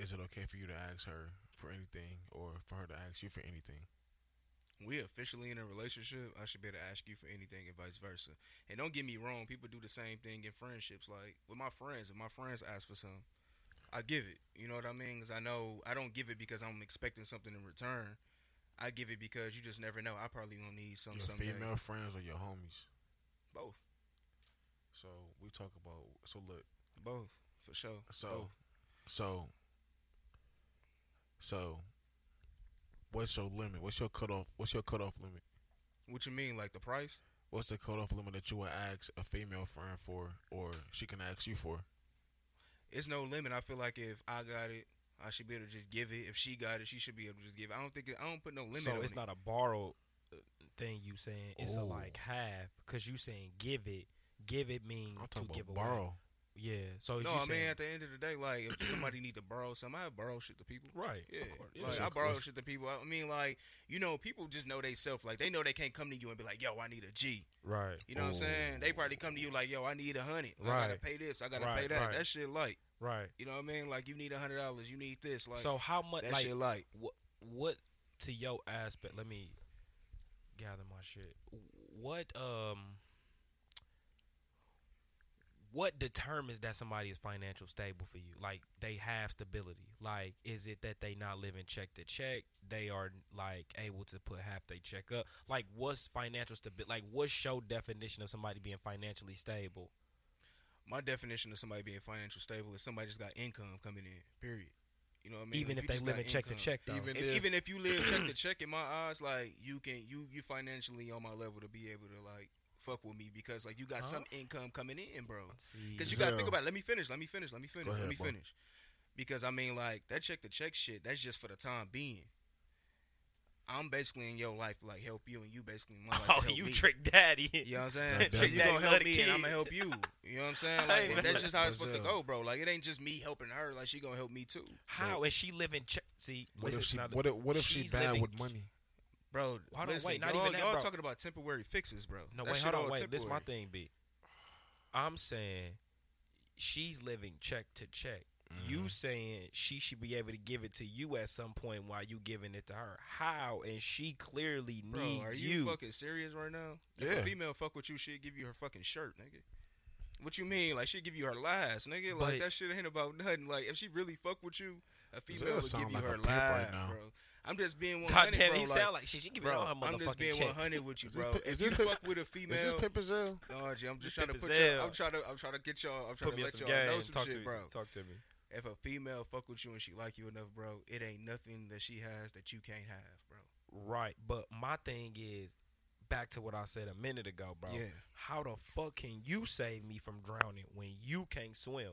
D: is it okay for you to ask her for anything, or for her to ask you for anything?
C: We officially in a relationship. I should be able to ask you for anything and vice versa. And don't get me wrong, people do the same thing in friendships. Like with my friends, if my friends ask for something, I give it. You know what I mean? Because I know I don't give it because I'm expecting something in return. I give it because you just never know. I probably gonna need some
D: your
C: someday.
D: female friends or your homies?
C: Both.
D: So we talk about. So look.
C: Both. For sure.
D: So,
A: Oh.
C: Both.
D: so, so, what's your limit? What's your cutoff? What's your cutoff limit?
C: What you mean, like the price?
D: What's the cutoff limit that you would ask a female friend for, or she can ask you for?
C: It's no limit. I feel like if I got it, I should be able to just give it. If she got it, she should be able to just give it. I don't think it, I don't put no limit.
A: so
C: on
A: it's
C: it.
A: not a borrowed uh, thing you saying. It's a
D: Ooh.
A: like
C: Oh.
A: half because you saying give it. Give it mean
D: I'm
A: to
D: talking
A: give
D: about
A: away.
D: borrow.
A: Yeah. So is
C: No,
A: you
C: I
A: saying,
C: mean at the end of the day, like if somebody need to borrow something, I borrow shit to people.
A: right?
C: Yeah,
A: Of course. Yeah.
C: like
D: So
C: I borrow
D: what's-
C: shit to people. I mean, like you know, people just know they self. Like they know they can't come to you and be like, "Yo, I need a G."
A: Right.
C: You know what I'm saying? They probably come to you like, "Yo, I need a hundred. I gotta
A: Right.
C: pay this. I gotta
A: Right,
C: pay that."
A: right.
C: That shit light.
A: Right.
C: You know what I mean? Like you need a hundred dollars. You need this. Like
A: so how much?
C: that
A: Like
C: shit light.
A: what? What to your aspect? Let me gather my shit. What um. What determines that somebody is financial stable for you? Like they have stability. Like is it that they not living check to check? They are like able to put half their check up. Like what's financial stability? Like what's your definition of somebody being financially stable?
C: My definition of somebody being financial stable is somebody just got income coming in. Period. You know what I mean?
A: even
C: you
A: if they
C: just
A: living
C: got
A: check to
C: income-
A: check, though.
D: Even
C: If,
D: if-
C: even if you live check to check in my eyes, like you can you you financially on my level to be able to like fuck with me because like you got
A: Huh?
C: some income coming in, bro.
A: See,
C: Because you gotta
D: Yeah.
C: think about. It. Let me finish. Let me finish. Let me finish.
D: ahead,
C: let me
D: bro.
C: finish. Because I mean, like that check to check shit. That's just for the time being. I'm basically in your life to like help you, and you basically in my life. to
A: oh,
C: help
A: you
C: me.
A: trick daddy.
C: You know what I'm saying?
D: That-
C: So
D: that-
C: you gonna
A: Daddy
C: help
A: love the
C: me and I'm gonna
A: kids.
C: help you. You know what I'm saying?
A: Hey,
C: Like
A: man.
C: that's just how it's supposed to
D: Brazil.
C: go, bro. Like it ain't just me helping her. Like she gonna help me too,
A: How is she living? Ch- see,
D: What
A: this
D: if
A: is
D: she?
A: not a-
D: What if, what if she
A: she's
D: bad
A: living-
D: with money?
C: bro.
A: Hold on,
C: listen,
A: wait, not
C: y'all,
A: even that,
C: y'all
A: bro.
C: talking about temporary fixes, bro.
A: no,
C: That
A: wait,
C: shit
A: hold on,
C: all
A: wait. This my
C: temporary.
A: thing, B. I'm saying she's living check to check.
C: Mm-hmm.
A: You saying she should be able to give it to you at some point while you giving it to her. How? And she clearly needs
C: Bro, are you,
A: you.
C: fucking serious right now? If
D: Yeah.
C: a female fuck with you, she'd give you her fucking shirt, nigga. What you mean? Like she'd give you her lies, nigga.
A: But-
C: like that shit ain't about nothing. Like if she really fuck with you, a female would give
D: sound
C: you
D: like a
C: her
D: pimp right
C: lies,
D: now.
C: bro. I'm just being one
A: God
C: hundred,
A: damn,
C: bro.
A: he
C: like,
A: sound like shit. She give me
C: bro,
A: all her
C: I'm just
A: motherfucking
C: being
A: checks.
C: one hundred with you,
D: Is this
C: bro.
D: pi-
C: If
D: is
C: you
D: this pi-
C: fuck with a
D: Is
C: female,
D: this Pimpazelle?
C: No, G, I'm just
A: This
C: trying to
A: pimp
C: put
A: is
C: y'all.
A: hell.
C: I'm trying to. I'm trying to get y'all. I'm trying
A: Put
C: to
A: me on
C: let
A: some
C: y'all know
A: game.
C: some
A: Talk
C: shit,
A: to me.
C: bro.
A: Talk to me.
C: If a female fuck with you and she like you enough, bro, it ain't nothing that she has that you can't have, bro.
A: Right, but my thing is back to what I said a minute ago, bro.
C: Yeah.
A: How the fuck can you save me from drowning when you can't swim?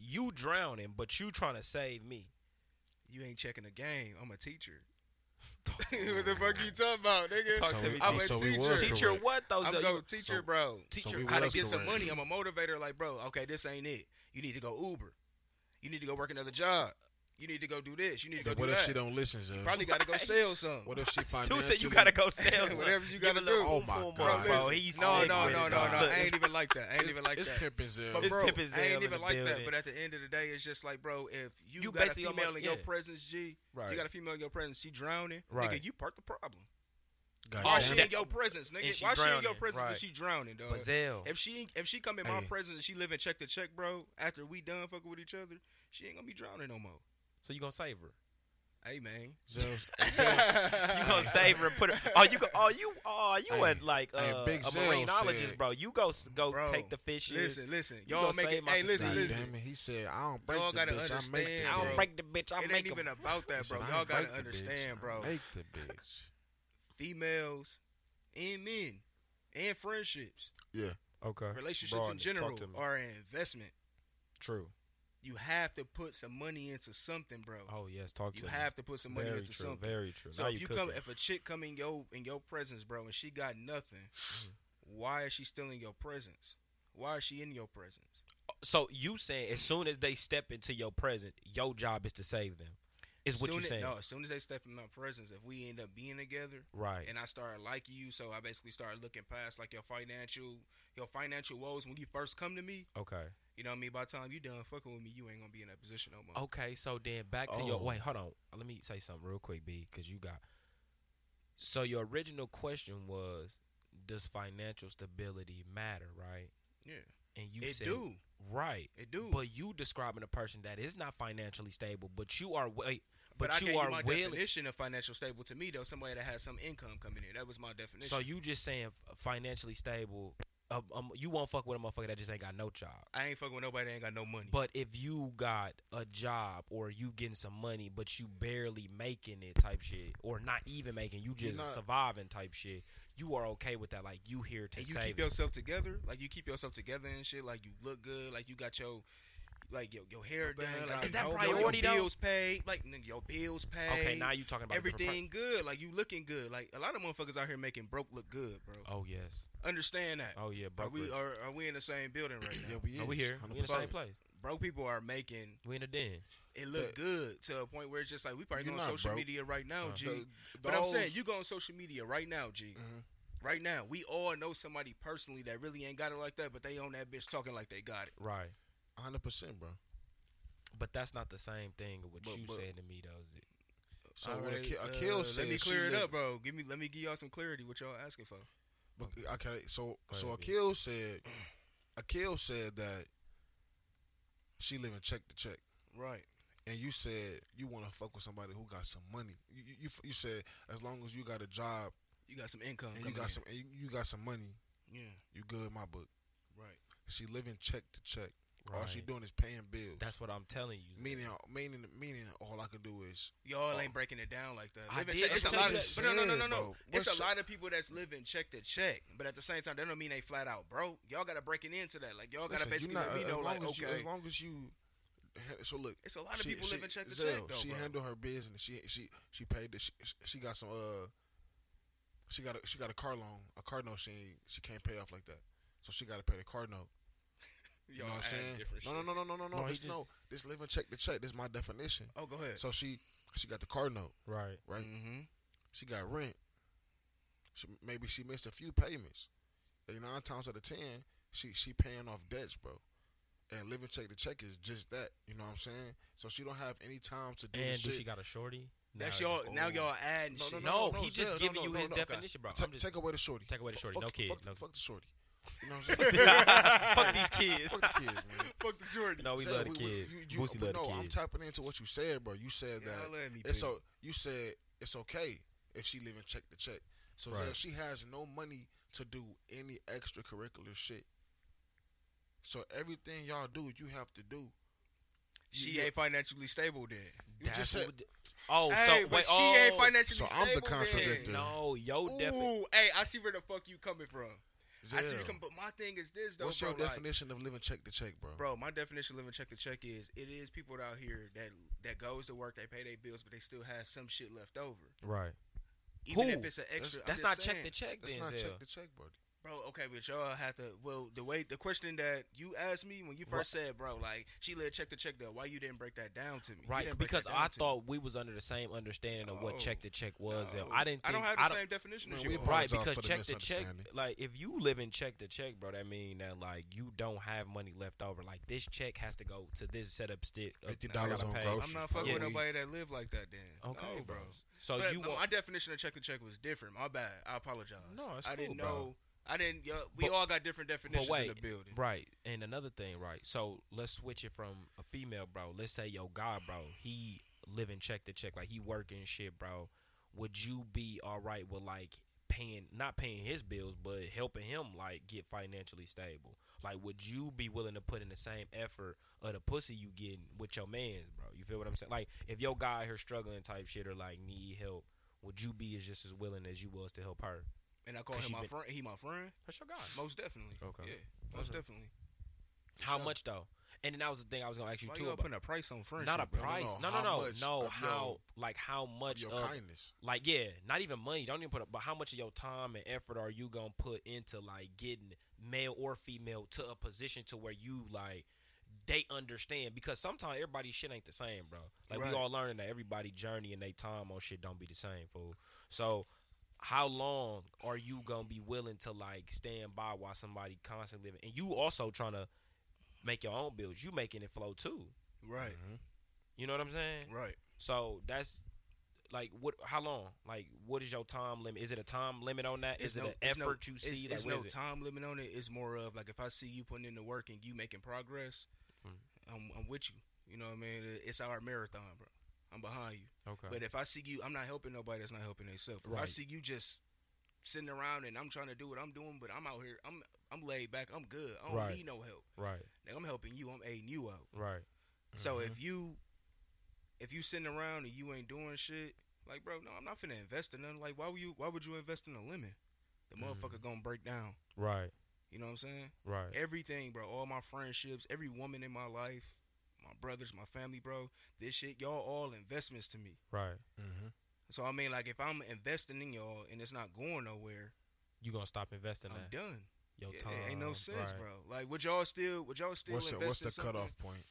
A: You drowning, but you trying to save me.
C: You ain't checking the game. I'm a teacher. what the fuck you talking about, nigga?
A: Talk
D: so
A: to
D: we,
A: me.
C: I'm
A: a
D: so we
C: teacher.
D: was
A: Teacher,
D: correct.
A: what though?
C: I'm
A: So
C: go
A: you-
C: teacher,
D: so-
C: bro.
A: teacher,
D: we
C: How to
D: was
C: get some
D: correct.
C: money? I'm a motivator. Like, bro, okay, this ain't it. You need to go Uber. You need to go work another job. You need to go do this. You need to go
D: What
C: do
D: if
C: that.
D: she don't listen, Zell?
C: Probably got to go
A: Right.
C: sell some.
D: What if she
A: Two
D: financially?
A: said you gotta go sell some.
C: Whatever you
A: Give
C: gotta
A: a little
C: do.
D: Oh
A: oom,
D: my
A: oom,
D: God.
A: bro.
C: listen,
A: He's
C: no,
A: sick
C: no,
A: with
C: no,
A: it,
C: no,
A: dog.
C: no. I
D: Look,
C: ain't even like that. I ain't
D: It's,
C: even like
D: it's
C: that.
D: Pimpazelle.
C: But
A: It's
C: bro,
A: Pip and
C: I
A: Zell in
C: ain't
A: the
C: even like that.
A: building.
C: But at the end of the day, it's just like, bro, if you,
A: You
C: got a
A: basically
C: female
A: almost-
C: in your
A: yeah.
C: presence, G,
A: Right.
C: you got a female in your presence, she drowning,
A: Right.
C: nigga, you part the problem.
D: God
A: Oh,
C: Why
D: damn
C: she
D: it.
A: that-
C: in your presence, nigga?
A: she
C: Why she in your
A: drowning,
C: presence
A: right.
C: if she drowning, dog?
A: But Zell,
C: If she if she come in my
D: Hey.
C: presence and she living check to check, bro, after we done fucking with each other, she ain't gonna be drowning no more.
A: so you gonna save her?
C: Hey man.
D: Zell's-
A: You gonna save her and put her? Oh, you? go- Oh, you? Oh, you
D: Hey,
A: a like
D: hey,
A: uh,
D: Big
A: a
D: Zell
A: marinologist,
D: said-
A: bro? You go s- go
C: Bro,
A: take the fishes.
C: Listen, listen.
A: You
C: Y'all
A: gonna
C: make
A: save
C: it
A: my
C: hey listen,
D: God
A: society.
C: listen.
D: damn it. He said, "I don't break
C: Y'all
D: the
C: gotta
D: bitch. I make
C: understand,
D: the
A: I
C: bro.
A: don't
D: bitch."
A: break the bitch. I
C: It
A: make
C: ain't
A: him.
C: even about
D: He
C: that,
D: said,
C: bro.
D: "I
C: Y'all
D: break
C: gotta
D: the bitch.
C: understand,
D: I
C: bro.
D: Make the bitch.
C: females and men and friendships,
A: Okay.
C: relationships
A: Broaden
C: in
A: it.
C: general
A: Talk to me.
C: are an investment.
A: True.
C: You have to put some money into something, bro.
A: Oh yes. Talk to
C: you
A: me.
C: have to put some money
A: Very
C: into
A: true.
C: something.
A: Very true.
C: So
A: now
C: if
A: you
C: you
A: cooking.
C: come, if a chick come in your in your presence, bro, and she got nothing,
A: Mm-hmm.
C: why is she still in your presence? Why is she in your presence?
A: so you saying as soon as they step into your present, your job is to save them. Is what
C: Soon
A: you
C: as-
A: saying?
C: No, as soon as they step in my presence, if we end up being together,
A: Right.
C: and I started liking you, so I basically started looking past like your financial your financial woes when you first come to me.
A: okay.
C: You know what I mean? By the time you done fucking with me, you ain't gonna be in that position no more.
A: Okay, so then back to your
D: Oh.
A: wait. Hold on, let me say something real quick, B, because you got. So your original question was, does financial stability matter, right?
C: Yeah.
A: And you
C: it
A: said
C: do,
A: right,
C: it do.
A: but you describing a person that is not financially stable, but you are wait,
C: But
A: but,
C: I
A: you
C: gave
A: are
C: you my
A: willing.
C: definition of financial stable to me though. Somebody that has some income coming in. That was my definition.
A: So you just saying f- financially stable? Um, um, you won't fuck with a motherfucker that just ain't got no job.
C: I ain't fucking with nobody that ain't got no money.
A: But if you got a job or you getting some money, but you barely making it type shit, or not even making, you
D: You're
A: just
D: not-
A: surviving type shit, you are okay with that. Like you here to
C: and you
A: save.
C: keep
A: it.
C: yourself together, like you keep yourself together and shit. Like you look good, like you got your like your, your hair
D: But they
C: done, like
D: ain't got
C: you
A: no
C: know,
A: money. priority, though?
C: your bills paid, like nigga, your bills paid.
A: okay, now you talking about a different
C: everything good, like you looking good. Like a lot of motherfuckers out here making broke look good, bro.
A: per- oh yes.
C: Understand that.
A: Oh yeah.
C: are
A: Broke
C: we
A: rich.
C: are, are we in the same building right now?
D: Yeah, we
A: Are we
D: is,
A: here? We in the
D: 100%.
A: same place.
C: Broke people are making
A: We in the den.
C: it look
D: But-
C: good to a point where it's just like we probably
D: You're
C: on
D: not
C: social
D: broke. Uh-huh.
C: media right now,
A: Uh,
C: G.
D: The-
C: but I'm saying
D: those-
C: you go on social media right now, G.
D: Mhm.
A: Mm-hmm.
C: Right now, we all know somebody personally that really ain't got it like that, but they on that bitch talking like they got it.
A: Right.
D: 100%, bro.
A: But that's not the same thing of what
D: But-
A: you
D: but-
A: said to me though. Is it?
D: So
C: All
D: when a,
C: right,
D: ki- a
C: uh,
D: kill says
C: let me
D: she
C: clear it
D: live-
C: up, bro. Give me, let me give y'all some clarity. What y'all asking for?
D: But, okay, so
A: Go
D: so
A: ahead, B.
D: Akil said, Akil said that she living check to check,
C: Right.
D: and you said you want to fuck with somebody who got some money. You, you- you f- you said as long as you got a job
C: You got some income.
D: and you
C: coming
D: got
C: in.
D: some and you, you got some money,
C: Yeah.
D: you good in my book.
C: Right.
D: She living check to check. All she
A: Right.
D: doing is paying bills.
A: That's what I'm telling you.
D: meaning meaning meaning all I could do is
C: Y'all
D: Oh.
C: ain't breaking it down like that.
A: I
C: Living
A: did
C: check,
A: just
C: it's a
A: tell
C: lot
A: you
C: of,
A: that.
C: but no, no, no, no, no.
D: Bro,
C: It's
D: what's
C: a
D: up?
C: lot of people that's living check to check, but at the same time, that don't mean they flat out broke. Y'all gotta break it into that. Like y'all gotta
D: listen, you uh,
C: basically let me
D: as
C: know,
D: long
C: like,
D: as
C: okay,
D: you, as long as you. So look,
C: it's a lot of people living check to
D: Zell,
C: check though.
D: She
C: bro.
D: handled her business. She she she paid. The, she she got some. Uh, she got a she got a car loan. A car note she ain't- she can't pay off like that. So she got to pay the car note. You
C: Y'all
D: know what I'm
C: add
D: saying?
C: different
D: No,
C: shit.
D: no, no, no, no, no,
A: No,
D: no.
A: he
D: This
A: just-
D: no. This living check to check. This is my definition.
C: Oh, go ahead.
D: So she she got the car note,
A: Right.
D: right?
C: mm-hmm.
D: She got rent. She maybe she missed a few payments. Like nine times out of ten, she she paying off debts, bro. And living check to check is just that. You know what I'm saying? So she don't have any time to do the
A: And do
D: shit.
A: she got a shorty?
C: That's
A: Nah,
C: y'all. Now
D: oh.
C: y'all adding
D: No,
C: shit.
A: No,
D: No, no,
A: he just
D: Zell,
A: giving
D: no,
A: you
D: no,
A: his
D: no, okay.
A: definition, bro.
D: Ta-
A: I'm just-
D: take away the shorty.
A: Take away the
D: Fu-
A: shorty.
D: Fuck,
A: No
D: fuck,
A: kid.
D: Fuck,
A: No-
D: fuck the shorty. You know what I'm saying?
A: Fuck these kids.
D: fuck the kids, man.
C: Fuck the Jordan.
A: No, we
D: Zell,
A: love the
D: we- we-
A: kids.
D: you- you-
A: Boosie
D: but
A: love the
D: no, I'm
A: kids.
D: tapping into what you said, bro. You said that
C: Y'all let me.
D: it's
C: pick.
D: so. You said it's okay if she living check to check. So
A: Right.
D: Zell, she has no money to do any extracurricular shit. So everything y'all do, you have to do.
C: she
D: you-
C: ain't financially stable then.
D: You just said
A: Oh,
C: hey,
A: so
C: but
A: wait,
C: she
A: oh,
C: ain't financially
D: So
C: stable.
D: I'm the
C: then.
D: contradictor.
A: No, yo, definitely.
C: Ooh, hey, I see where the fuck you coming from. I see
D: Zell,
C: you coming, but my thing is this though,
D: What's
C: bro.
D: your
C: like-
D: definition of living check to check, bro?
C: Bro, my definition of living check to check is it is people out here that that goes to work, they pay their bills, but they still have some shit left over.
A: Right.
C: Even
A: Who?
C: if it's an extra.
A: That's
C: I'm
A: not
C: just
A: check
C: saying.
A: to check,
D: That's
A: then,
D: not
A: Zell.
D: check to check, bro.
C: Bro, okay, but y'all have to. Well, the way the question that you asked me when you first said, bro, like she lived check to check though. Why you didn't break that down to me? You
A: Right,
C: didn't break
A: because
C: that down
A: I
C: to me.
A: thought we was under the same understanding of
C: Oh,
A: what check to check was. Zell.
C: No.
A: I didn't. Think,
C: I don't have the same definition
D: Man,
C: as
D: we
C: you. all.
A: Right,
D: Apologize for
A: because
D: the
A: check to check,
D: misunderstanding.
A: like if you live in check to check, bro, that mean that like you don't have money left over. Like this check has to go to this setup stick. of-
D: Fifty
A: I gotta
D: dollars on
A: pay.
D: groceries.
C: I'm not fucking
A: Yeah.
C: with nobody that live like that. Then
A: Okay,
C: No,
A: bro. So
C: But
A: you
C: no,
A: want?
C: my definition of check to check was different. My bad. I apologize.
A: No, it's
C: I didn't
A: cool,
C: know.
A: bro.
C: I didn't. Yo, we
A: But-
C: all got different definitions in
A: wait,
C: the building.
A: Right. And another thing, right. So let's switch it from a female, bro. Let's say your guy, bro, he living check to check, like he working shit, bro. Would you be all right with like paying, not paying his bills, but helping him like get financially stable? Like, would you be willing to put in the same effort of the pussy you getting with your man's, bro? You feel what I'm saying? Like, if your guy here struggling type shit or like need help, would you be as just as willing as you was to help her?
C: And I call
A: 'Cause
C: him
A: you
C: my
A: been-
C: friend. He my friend.
A: That's your guy.
C: Most definitely.
A: Okay.
C: Yeah. Most
A: Okay.
C: definitely.
A: How
D: So-
A: much though? And then that was the thing I was gonna ask you
C: Why
A: too
C: you all
A: about.
C: putting a price on friendship?
A: Not a
C: bro?
A: price.
D: no,
A: No, no,
D: how
A: no,
D: much
A: no.
D: of
A: How
D: your-
A: like how much
D: your
A: of
D: kindness.
A: like yeah, not even money. Don't even put up, but how much of your time and effort are you gonna put into like getting male or female to a position to where you like they understand because sometimes everybody's shit ain't the same, bro. Like
C: Right.
A: we all learning that everybody journey and they time on shit don't be the same, fool. So how long are you gonna be willing to like stand by while somebody constantly living? And you also trying to make your own bills. You making it flow too.
C: Right.
A: You know what I'm saying?
C: Right.
A: So that's like what? How long? Like what is your time limit? Is it a time limit on that? Is
C: It's no-
A: it an
C: it's no-
A: effort you see?
C: It's, it's
A: like
C: no
A: what is
C: time limit on it. It's more of like if I see you putting in the work and you making progress,
A: Mm.
C: I'm, I'm with you. You know what I mean? It- It's our marathon, bro. I'm behind you.
A: it? Okay.
C: But if I see you, I'm not helping nobody that's not helping themselves. If I
A: Right.
C: see you just sitting around and I'm trying to do what I'm doing, but I'm out here, I'm I'm laid back, I'm good. I don't
A: Right.
C: need no help.
A: right.
C: Like, I'm helping you. I'm aiding you out.
A: Right. Mm-hmm.
C: So if you if you sitting around and you ain't doing shit, like bro, no, I'm not finna invest in nothing. Like why would you? Why would you invest in a lemon? The
A: Mhm.
C: motherfucker gonna break down.
A: Right.
C: You know what I'm saying?
A: Right.
C: Everything, bro. All my friendships, every woman in my life, my brothers, my family, bro. This shit, y'all all investments to me.
A: Right.
D: Mhm.
C: So I mean, like if I'm investing in y'all and it's not going nowhere,
A: You gonna stop investing
C: I'm
A: that?
C: done.
A: Your
C: Yeah,
A: time.
C: it ain't no sense,
A: right.
C: bro. Like would y'all still? Would y'all still
D: What's the,
C: invest
D: what's
C: in
D: the
C: something?
D: cutoff point?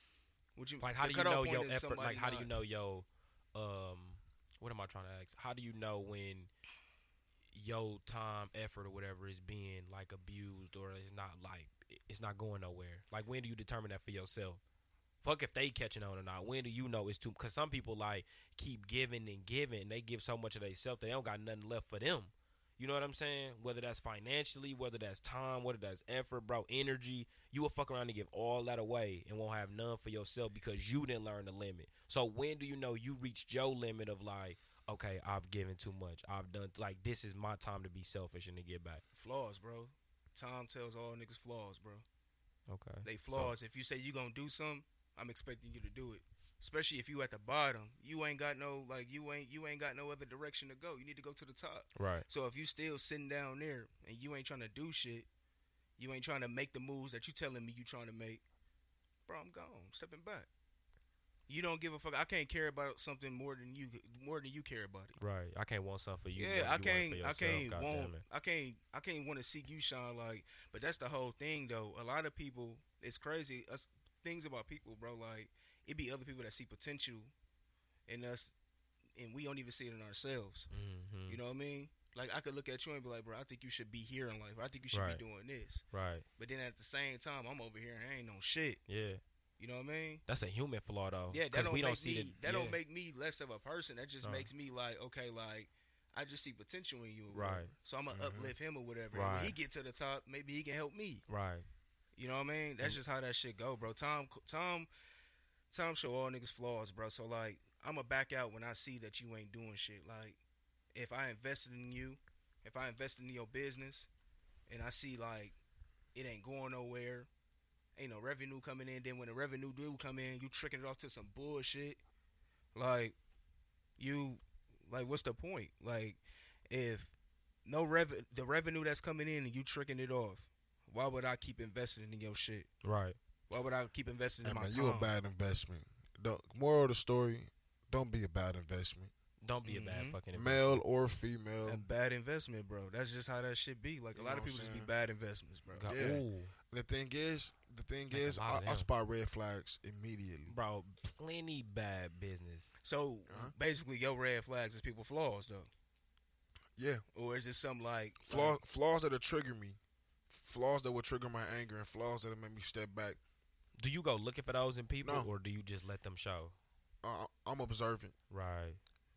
C: Would you
A: Like how
C: the
A: do you
C: cutoff
A: know
C: point
A: your
C: is
A: effort?
C: somebody
A: Like how do you
C: not-
A: know yo? Um, what am I trying to ask? How do you know when? Yo, time, effort, or whatever is being like abused, or it's not like it's not going nowhere. Like, when do you determine that for yourself? Fuck if they catching on or not. When do you know it's too? Because some people like keep giving and giving. and They give so much of themselves that they don't got nothing left for them. You know what I'm saying? Whether that's financially, whether that's time, whether that's effort, bro, energy, you will fuck around and give all that away and won't have none for yourself because you didn't learn the limit. So when do you know you reached your limit of like, okay, I've given too much. I've done like this is my time to be selfish and to get back.
C: flaws, bro? Tom tells all niggas flaws, bro.
A: Okay.
C: They flaws. if you say you gonna do something, I'm expecting you to do it. Especially if you at the bottom, you ain't got no like you ain't you ain't got no other direction to go. You need to go to the top.
A: Right.
C: So if you still sitting down there and you ain't trying to do shit, you ain't trying to make the moves that you telling me you trying to make, bro, I'm gone. I'm stepping back. You don't give a fuck. I can't care about something more than you more than you care about it.
A: Right. I can't want something for you.
C: yeah, I
A: what you want
C: can't
A: for
C: I
A: yourself,
C: can't
A: God
C: want
A: damn it.
C: I can't I can't want to see you shine like but that's the whole thing though. A lot of people it's crazy. Us things about people, bro, like it be other people that see potential in us and we don't even see it in ourselves.
A: Mhm.
C: You know what I mean? Like I could look at you and be like, bro, I think you should be here in life. I think you should
A: Right.
C: be doing this.
A: Right.
C: But then at the same time, I'm over here and I ain't no shit.
A: Yeah.
C: You know what I mean?
A: That's a human flaw though.
C: Yeah, that
A: 'cause
C: don't
A: we
C: make
A: don't
C: me.
A: see the,
C: that
A: yeah.
C: don't make me less of a person. That just
A: No.
C: makes me like, okay, like I just see potential in you. or
A: Right. Mm-hmm.
C: whatever. So I'm gonna
D: Mhm.
C: uplift him or whatever. And When he
A: Right.
C: get to the top, maybe he can help me.
A: Right.
C: You know what I mean? That's just how that shit go, bro. Tom, Tom, Tom show all niggas flaws, bro. So like, I'ma back out when I see that you ain't doing shit. Like, if I invested in you, if I invested in your business, and I see like it ain't going nowhere, ain't no revenue coming in. Then when the revenue do come in, you tricking it off to some bullshit. Like, you, like, what's the point? Like, if no rev, the revenue that's coming in, and you tricking it off. Why would I keep investing in your shit?
A: Right.
C: Why would I keep investing in
D: Hey,
C: my
D: man,
C: time?
D: you a bad investment. The moral of the story: Don't be a bad investment,
A: Don't be a bad
C: Mhm.
A: fucking
D: male or female.
C: a bad investment, bro. That's just how that shit be. Like a
D: You
C: lot
D: know
C: of
D: what
C: people just
D: I'm
C: be
D: saying?
C: bad investments, bro.
A: God,
D: Yeah.
A: ooh.
D: The thing is, the thing
A: That's a
D: is,
A: lot
D: I,
A: of
D: I
A: them.
D: spot red flags immediately.
A: Bro, plenty bad business.
C: So
D: Uh-huh.
C: basically, your red flags is people flaws, though.
D: Yeah,
C: Or is it something like
D: flaws flaws that'll trigger me, flaws that will trigger my anger, and flaws that'll make me step back.
A: Do you go looking for those in people,
D: No.
A: or do you just let them show?
D: Uh, I'm observant,
A: Right.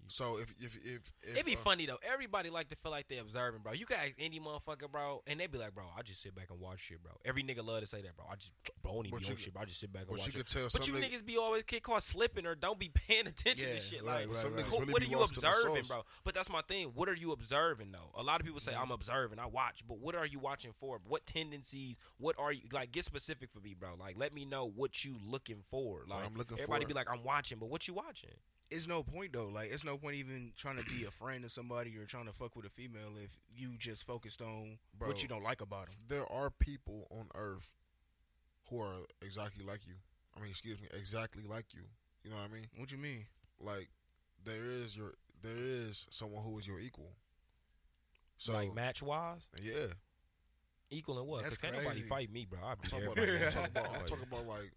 D: so if if if, if
A: It'd be
D: uh,
A: funny though. Everybody like to feel like they observing, bro. You can ask any motherfucker, bro, and they be like, bro, I just sit back and watch shit, bro. Every nigga love to say that, bro. I just, bro, I don't even
D: But
A: be
D: you
A: on
D: could-
A: shit, bro. I just sit back and
D: But
A: watch
D: you
A: it.
D: could tell
A: But
D: some
A: you
D: niggas,
A: niggas be always get caught slipping or don't be paying attention
C: Yeah,
A: to shit.
C: right,
A: like,
C: right,
D: some
C: right.
D: niggas
A: who-
D: really
A: what
D: be
A: are you
D: lost to their
A: observing,
D: sauce.
A: bro? But that's my thing. What are you observing though? A lot of people say
D: Mm-hmm.
A: I'm observing, I watch, but what are you watching for? What tendencies? What are you like? Get specific for me, bro. Like, let me know what you looking for.
D: What
A: Like,
D: I'm looking
A: everybody
D: for-
A: be like, I'm watching, but what you watching?
C: it's no point though. Like it's no point even trying to be a friend of somebody or trying to fuck with a female if you just focused on
D: Bro.
C: what you don't like about them.
D: There are people on earth who are exactly like you. I mean, excuse me, exactly like you. You know what I mean?
C: What you mean?
D: Like there is your there is someone who is your equal. So
A: like match wise,
D: yeah,
A: equal in what? Because
C: That's
A: can't nobody
C: crazy.
A: fight me, bro. I be
D: I'm talking,
A: everybody.
D: about, I'm, talking about, I'm
A: Everybody.
D: talking about like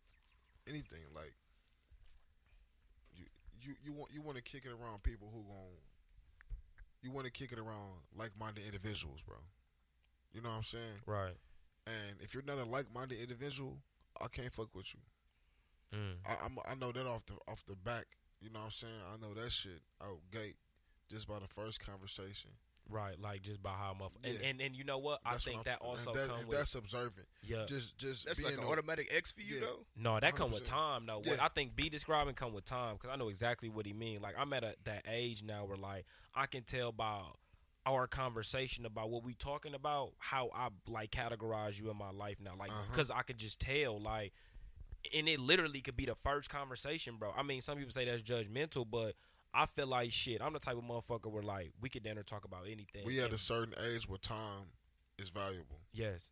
D: anything. Like you, you, you want you want to kick it around people who gon' you want to kick it around like-minded individuals, bro. You know what I'm saying?
A: right.
D: And if you're not a like-minded individual, I can't fuck with you.
A: Mm.
D: I, I'm, I know that off the off the back. You know what I'm saying? I know that shit out gate just by the first conversation.
A: Right, like just by how much, and,
D: Yeah.
A: and and you know what? I
D: That's what
A: think
D: I'm-
A: that also
D: and that-
A: come
D: and
A: with
D: that's observant.
A: yeah.
D: Just just
C: That's
D: being
C: like an
D: a-
C: automatic X for you
D: yeah.
C: though.
A: No, that come with
D: 100%.
A: time though. What
D: Yeah.
A: I think B describing come with time because I know exactly what he mean. Like I'm at a, that age now where like I can tell by our conversation about what we talking about how I like categorize you in my life now. Like
D: Uh-huh.
A: because I could just tell like, and it literally could be the first conversation, bro. I mean, some people say that's judgmental, but I feel like shit. I'm the type of motherfucker where like we could dinner talk about anything.
D: we at
A: and-
D: a certain age where time is valuable.
A: Yes.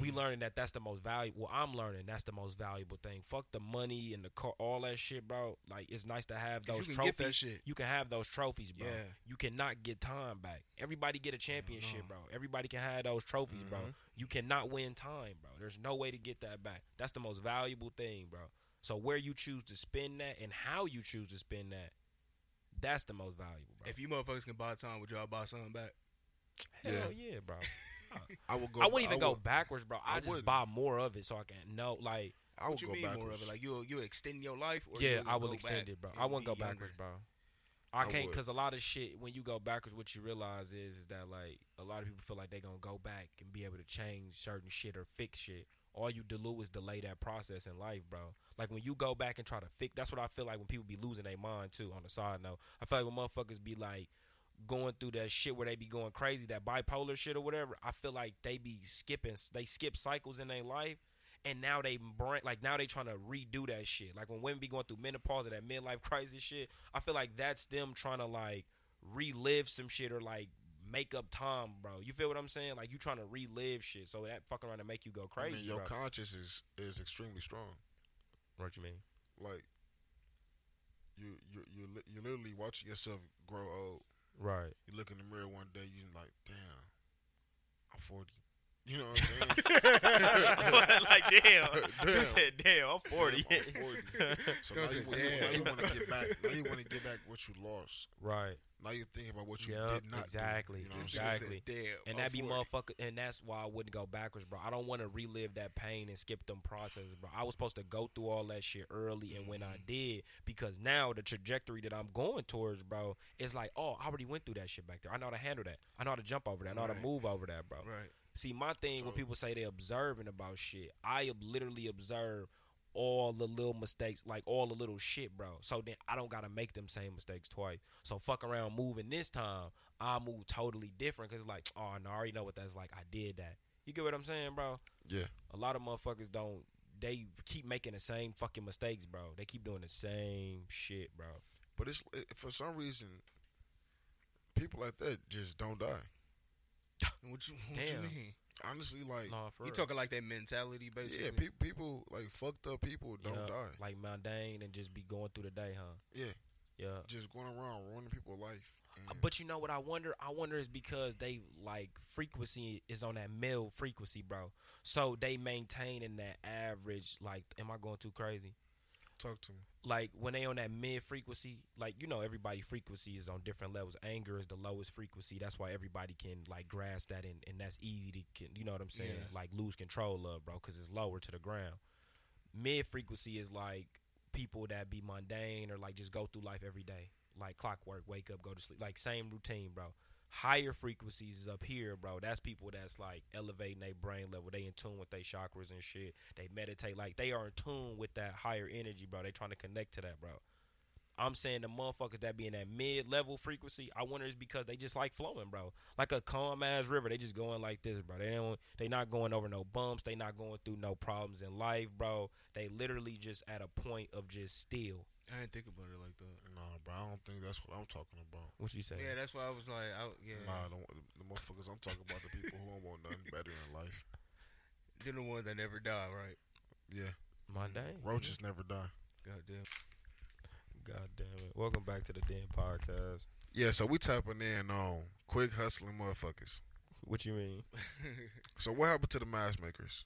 A: We learning that that's the most valuable. Well, I'm learning that's the most valuable thing. Fuck the money and the car, all that shit, bro. Like it's nice to have
C: 'Cause
A: those
C: you can
A: trophies.
C: get that shit.
A: You can have those trophies, bro.
C: Yeah.
A: You cannot get time back. Everybody get a championship,
D: no.
A: bro. Everybody can have those trophies, bro.
C: Mm-hmm.
D: Mhm.
A: You cannot win time, bro. There's no way to get that back. That's the most valuable thing, bro. So where you choose to spend that and how you choose to spend that, that's the most valuable, bro.
C: If you motherfuckers can buy time, would y'all buy something back?
A: Hell yeah, bro.
D: I would go.
A: I wouldn't even go
D: would-
A: backwards, bro. I,
D: I
A: just
D: wouldn't.
A: buy more of it so I can know, like.
D: I would
C: What you
D: go
C: mean
D: backwards.
C: more of it? Like you you extend your life? Or
A: yeah,
C: you'll
A: I will
C: go
A: extend
C: back?
A: it, bro.
C: It
A: I
C: would
A: wouldn't go
C: be younger.
A: backwards, bro. I
D: I
A: can't
D: would.
A: because a lot of shit when you go backwards, what you realize is is that like a lot of people feel like they gonna go back and be able to change certain shit or fix shit. All you do is delay that process in life, bro. Like when you go back and try to fix, that's what I feel like when people be losing their mind too. On the side note, I feel like when motherfuckers be like going through that shit where they be going crazy, that bipolar shit or whatever. I feel like they be skipping, they skip cycles in their life, and now they brain, like now they trying to redo that shit. Like when women be going through menopause or that midlife crisis shit, I feel like that's them trying to like relive some shit or like make up time, bro. You feel what I'm saying? Like you trying to relive shit, so that fucking around to make you go
D: I
A: crazy,
D: mean, your
A: bro.
D: conscience is is extremely strong.
A: what you mean?
D: Like you you you li- you literally watching yourself grow old.
A: Right.
D: You look in the mirror one day, you like, damn, I'm forty. You know what I'm saying?
A: like damn. You
D: Damn.
A: said damn. I'm forty.
D: Damn, I'm 40. So now
C: Don't
D: you,
C: say
D: wa- you- now
C: damn.
D: you want to get back. Now you want to get back what you lost.
A: right.
D: Now you're thinking about what you
A: Yup,
D: did not do.
A: exactly,
D: You know what I'm
C: This
A: Exactly.
D: saying?
C: nigga said, "Damn, I'm
A: and that be
C: 40."
A: motherfucker and that's why I wouldn't go backwards, bro. I don't want to relive that pain and skip them processes, bro. I was supposed to go through all that shit early and when I did, because now the trajectory that I'm going towards, bro, is like, oh, I already went through that shit back there. I know how to handle that. I know how to jump over that. I know how to
C: Right.
A: move over that, bro.
C: Right.
A: See, my thing when
D: So-
A: people say they observing about shit, I ob- literally observe all the little mistakes, like all the little shit, bro. So then I don't gotta make them same mistakes twice. So fuck around moving this time, I move totally different because like, oh no, I already know what that's like. I did that. You get what I'm saying, bro?
D: Yeah.
A: A lot of motherfuckers don't. They keep making the same fucking mistakes, bro. They keep doing the same shit, bro.
D: But it's it, for some reason, people like that just don't die.
C: What you, what you
A: Damn.
C: mean?
D: Honestly, like
A: Nah, for
C: You
A: real.
C: talking like that mentality, basically?
D: yeah, pe- people like fucked up people don't
A: Yeah,
D: die.
A: Like mundane and just be going through the day, huh?
D: Yeah.
A: Yeah.
D: Just going around ruining people's life.
A: Uh,
D: and-
A: But you know what I wonder? I wonder is because they like frequency is on that male frequency, bro. So they maintaining that average. Like, am I going too crazy?
D: talk to me.
A: Like when they on that mid frequency, like you know everybody frequency is on different levels. Anger is the lowest frequency. That's why everybody can like grasp that and, and that's easy to can, you know what I'm saying?
C: Yeah.
A: Like lose control of, bro, because it's lower to the ground. Mid frequency is like people that be mundane or like just go through life every day, like clockwork, wake up, go to sleep, like same routine, bro. Higher frequencies is up here, bro. That's people that's like elevating their brain level. They in tune with their chakras and shit. They meditate, like they are in tune with that higher energy, bro. They trying to connect to that, bro. I'm saying the motherfuckers that be in that mid level frequency, I wonder is because they just like flowing, bro. Like a calm ass river, they just going like this, bro. They don't, they not going over no bumps, they not going through no problems in life, bro. They literally just at a point of just still.
C: I didn't think about it like that.
D: Nah, bro, I don't think that's what I'm talking about.
A: What you say?
C: Yeah, that's why I was like, I, yeah.
D: Nah, the, the motherfuckers I'm talking about the people who don't want nothing better in life.
C: They're the ones that never die, right?
D: Yeah,
A: My dang.
D: roaches never die.
C: Goddamn.
A: God damn it. Welcome back to the damn podcast.
D: Yeah, so we tapping in on quick hustling motherfuckers.
A: What you mean?
D: So what happened to the mask makers?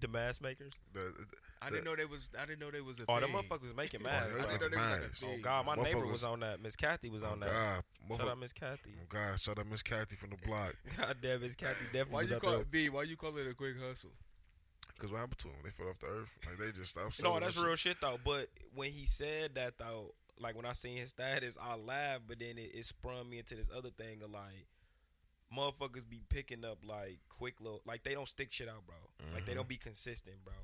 A: The mask makers?
D: The,
C: I
D: The-
C: didn't know they was. I didn't know they was a.
A: Oh,
C: thing.
A: them motherfuckers making
D: I
A: masks.
D: didn't
A: bro.
D: know they-
A: Oh God, my neighbor
D: Motherfuckers-
A: was on that. Miss Kathy was on
D: oh,
A: that.
D: God,
A: Shout
D: motherfucker,
A: out Miss Kathy.
D: oh God, shout out Miss Kathy from the block.
A: God damn, Miss Kathy definitely
C: Why
A: was
C: you
A: out
C: call
A: there.
C: it B? Why you call it a quick hustle?
D: Cause what happened to them? They fell off the earth. Like they just stopped.
A: No,
D: selling
A: that's
D: that shit.
A: real shit though. But when he said that though, like when I seen his status, I laughed. But then it, it sprung me into this other thing of like, motherfuckers be picking up like quick little, like they don't stick shit out, bro. Like
C: Mm-hmm.
A: they
D: Mhm.
A: don't be consistent, bro.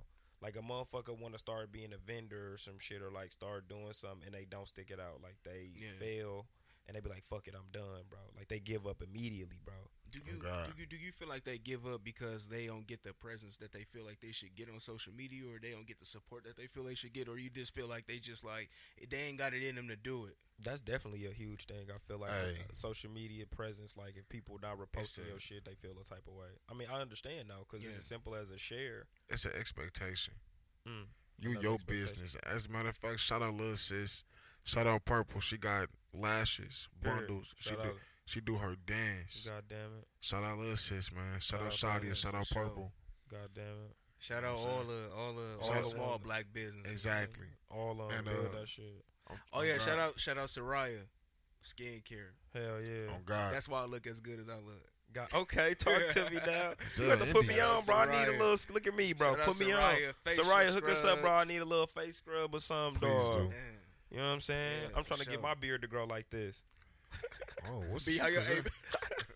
A: Like a motherfucker want to start being a vendor or some shit, or like start doing something, and they don't stick it out. Like they
C: Yeah.
A: fail, and they be like, "Fuck it, I'm done, bro." Like they give up immediately, bro.
C: Do
D: Oh,
C: you
D: God.
C: do you do you feel like they give up because they don't get the presence that they feel like they should get on social media, or they don't get the support that they feel they should get, or you just feel like they just like they ain't got it in them to do it?
A: That's definitely a huge thing. I feel like
D: Hey.
A: uh, social media presence. Like if people not
D: It's
A: reposting
D: a-
A: your shit, they feel a type of way. I mean, I understand now because it's
C: Yeah.
A: as simple as a share.
D: It's an expectation.
A: Mm.
D: You
A: Another
D: your
A: expectation.
D: business. As a matter of fact, shout out little sis. Shout out purple. She got lashes,
A: Period.
D: bundles. She
A: Shout
D: do
A: out.
D: she do her dance.
A: God damn it.
D: Shout out little sis, man. Shout,
A: Shout
D: out
A: out
D: Shadi.
A: Lil
D: Shout
C: Sis,
D: out
C: for sure.
D: purple.
A: God damn it.
C: Shout
D: You know
C: out
D: what I'm
C: all the all the
A: Shout
C: all
A: out
C: the small
A: Wanda.
C: black businesses.
D: Exactly.
A: All on
D: And,
A: build
D: uh,
A: that shit.
C: Oh yeah, shout out shout out Soraya, skincare.
A: Hell yeah.
D: Oh God.
C: That's why I look as good as I look.
A: God, okay, talk to me now. You
D: Yeah,
A: got to put me
D: India.
A: on, bro. I need a
C: Soraya.
A: little. Look at me, bro.
C: Shout out
A: Put me
C: Soraya,
A: on.
C: facial
A: Soraya, hook us up, bro. I
C: scrubs.
A: need a little face scrub or something,
D: Please
A: dog.
D: do.
C: Damn.
A: You know what I'm saying?
C: Yeah,
A: I'm
C: for
A: trying to get
C: sure.
A: my beard to grow like this.
D: Oh, what's the
C: Be how your
D: secret?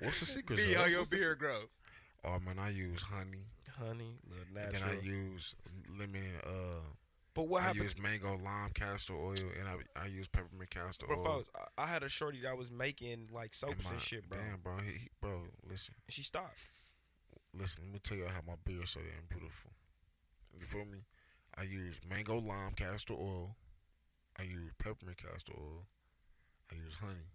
D: What's the secret?
C: be
D: Zoe?
C: how your
D: What's the
C: beard grow.
D: se- Oh man, I use honey.
A: Honey, little
D: And
A: natural.
D: then I use lemon. Uh,
A: but what
D: I
A: happened?
D: use mango lime castor oil, and I I use peppermint castor
A: Bro,
D: oil.
A: folks, I, I had a shorty that was making like
D: And
A: soaps
D: my-
A: and shit, bro.
D: Damn, bro, he, he- bro, listen,
A: And she stopped.
D: listen. Let me tell you how my beard so damn beautiful. You feel me? I use mango lime castor oil. I use peppermint castor oil. I use honey,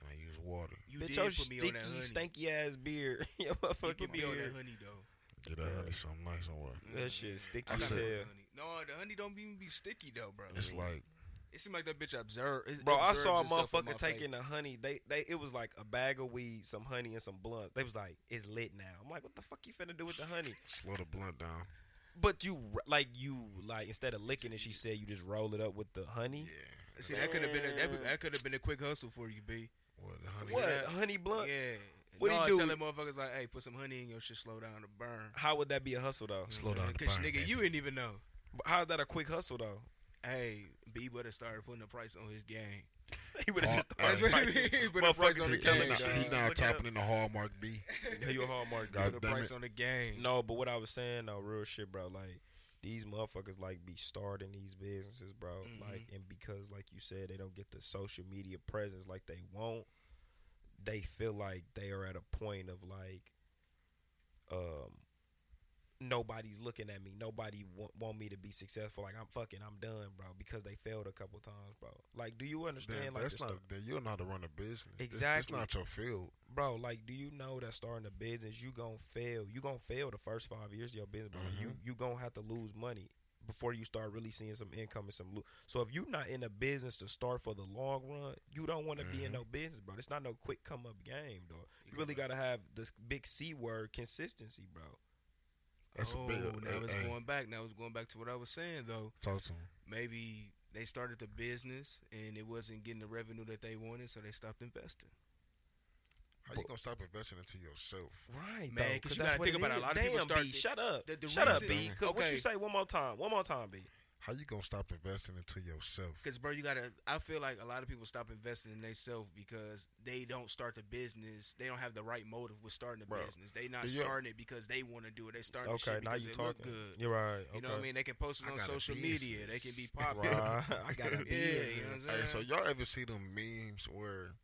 D: and I use water.
C: You
A: Bitch,
C: did
A: your
C: put me
A: stinky,
C: on that honey.
A: stinky ass beard. your
C: you put
A: motherfucking
C: me on
A: beard.
C: that honey though.
D: Get that honey something nice and water.
A: That shit sticky
C: I
D: as
C: got
D: hell.
C: the honey. No, the honey don't even be sticky though, bro.
D: It's like
C: It seemed like that bitch observed. it
A: Bro, I
C: observes
A: saw a
C: itself in my
A: motherfucker taking
C: face.
A: the honey. They they it was like a bag of weed, some honey, and some blunts. They was like, it's lit now. I'm like, what the fuck you finna do with the honey?
D: slow the blunt down.
A: But you r- like you like instead of licking it, she said you just roll it up with the honey.
C: See, that could have been a, that, could- that could have been a quick hustle for you, b.
D: What the honey?
A: What
C: Yeah.
A: honey blunts?
C: Yeah.
A: What
C: no,
A: he do?
C: Telling motherfuckers like, hey, put some honey in your shit, slow down the burn.
A: How would that be a hustle though?
D: Slow down the
C: Cause
D: burn,
C: nigga,
D: baby.
C: you didn't even know.
A: But How is that a quick hustle though?
C: Hey, B would have started putting a price on his game.
A: he would have
D: Oh,
A: just
D: That's
A: started
D: what
A: pricing.
C: he put a price
A: Motherfuckers
C: on the
A: be
D: He,
A: telling
C: game.
D: now-
A: you,
D: he
A: dog.
D: now
A: Look it up.
D: tapping in the hallmark B.
A: You a hallmark
D: God
C: put a
D: damn
C: price
D: it.
C: on the game.
A: No, but what I was saying though, real shit, bro. Like these motherfuckers like be starting these businesses, bro.
C: Mhm.
A: Like and because like you said, they don't get the social media presence like they want. They feel like they are at a point of like, um, nobody's looking at me. Nobody want, want me to be successful. Like I'm fucking, I'm done, bro. Because they failed a couple times, bro. Like, do you understand?
D: Damn,
A: like
D: that's
A: the
D: not.
A: sto-
D: That you don't know how to run a business. This- This,
A: Exactly.
D: not your field.
A: bro like do you know that starting a business you gonna fail you gonna fail the first five years of your business bro. you you gonna have to lose money before you start really seeing some income and some lo- so if you're not in a business to start for the long run you don't want to be in
D: Mhm.
A: no business bro it's not no quick come up game though you
C: You
A: really gotta have this big c word consistency bro
D: That's
C: oh,
D: a big.
C: now
D: hey,
C: it's
D: hey,
C: going back. Now it's going back to what I was saying though.
D: Talk to him.
C: maybe they started the business and it wasn't getting the revenue that they wanted, so they stopped investing.
D: How you gonna stop investing into yourself?
A: right
C: Man,
A: though,
C: 'cause you gotta
A: what
C: think about it.
A: is.
C: A lot of
A: damn
C: people start
A: b
C: thi-
A: shut up
C: the- the
A: shut up b
D: reason-
A: cause what
C: Okay.
A: you say one more time one more time b
D: How you gonna stop investing into yourself?
C: Because bro, you gotta. I feel like a lot of people stop investing in themselves because they don't start the business. They don't have the right motive with starting a
D: Bro,
C: business. They not
D: do you-
C: starting it because they want to do it. They starting
A: Okay,
C: shit
A: now
C: because
A: you
C: it look
A: talking.
C: good.
A: You're right. Okay.
C: You know what I mean? They can post it
D: I
C: on
D: got a
C: social media. They can be
D: business.
C: popular.
A: Right. I
D: gotta
C: Yeah, you know what I'm saying?
D: Hey, so y'all ever see them memes where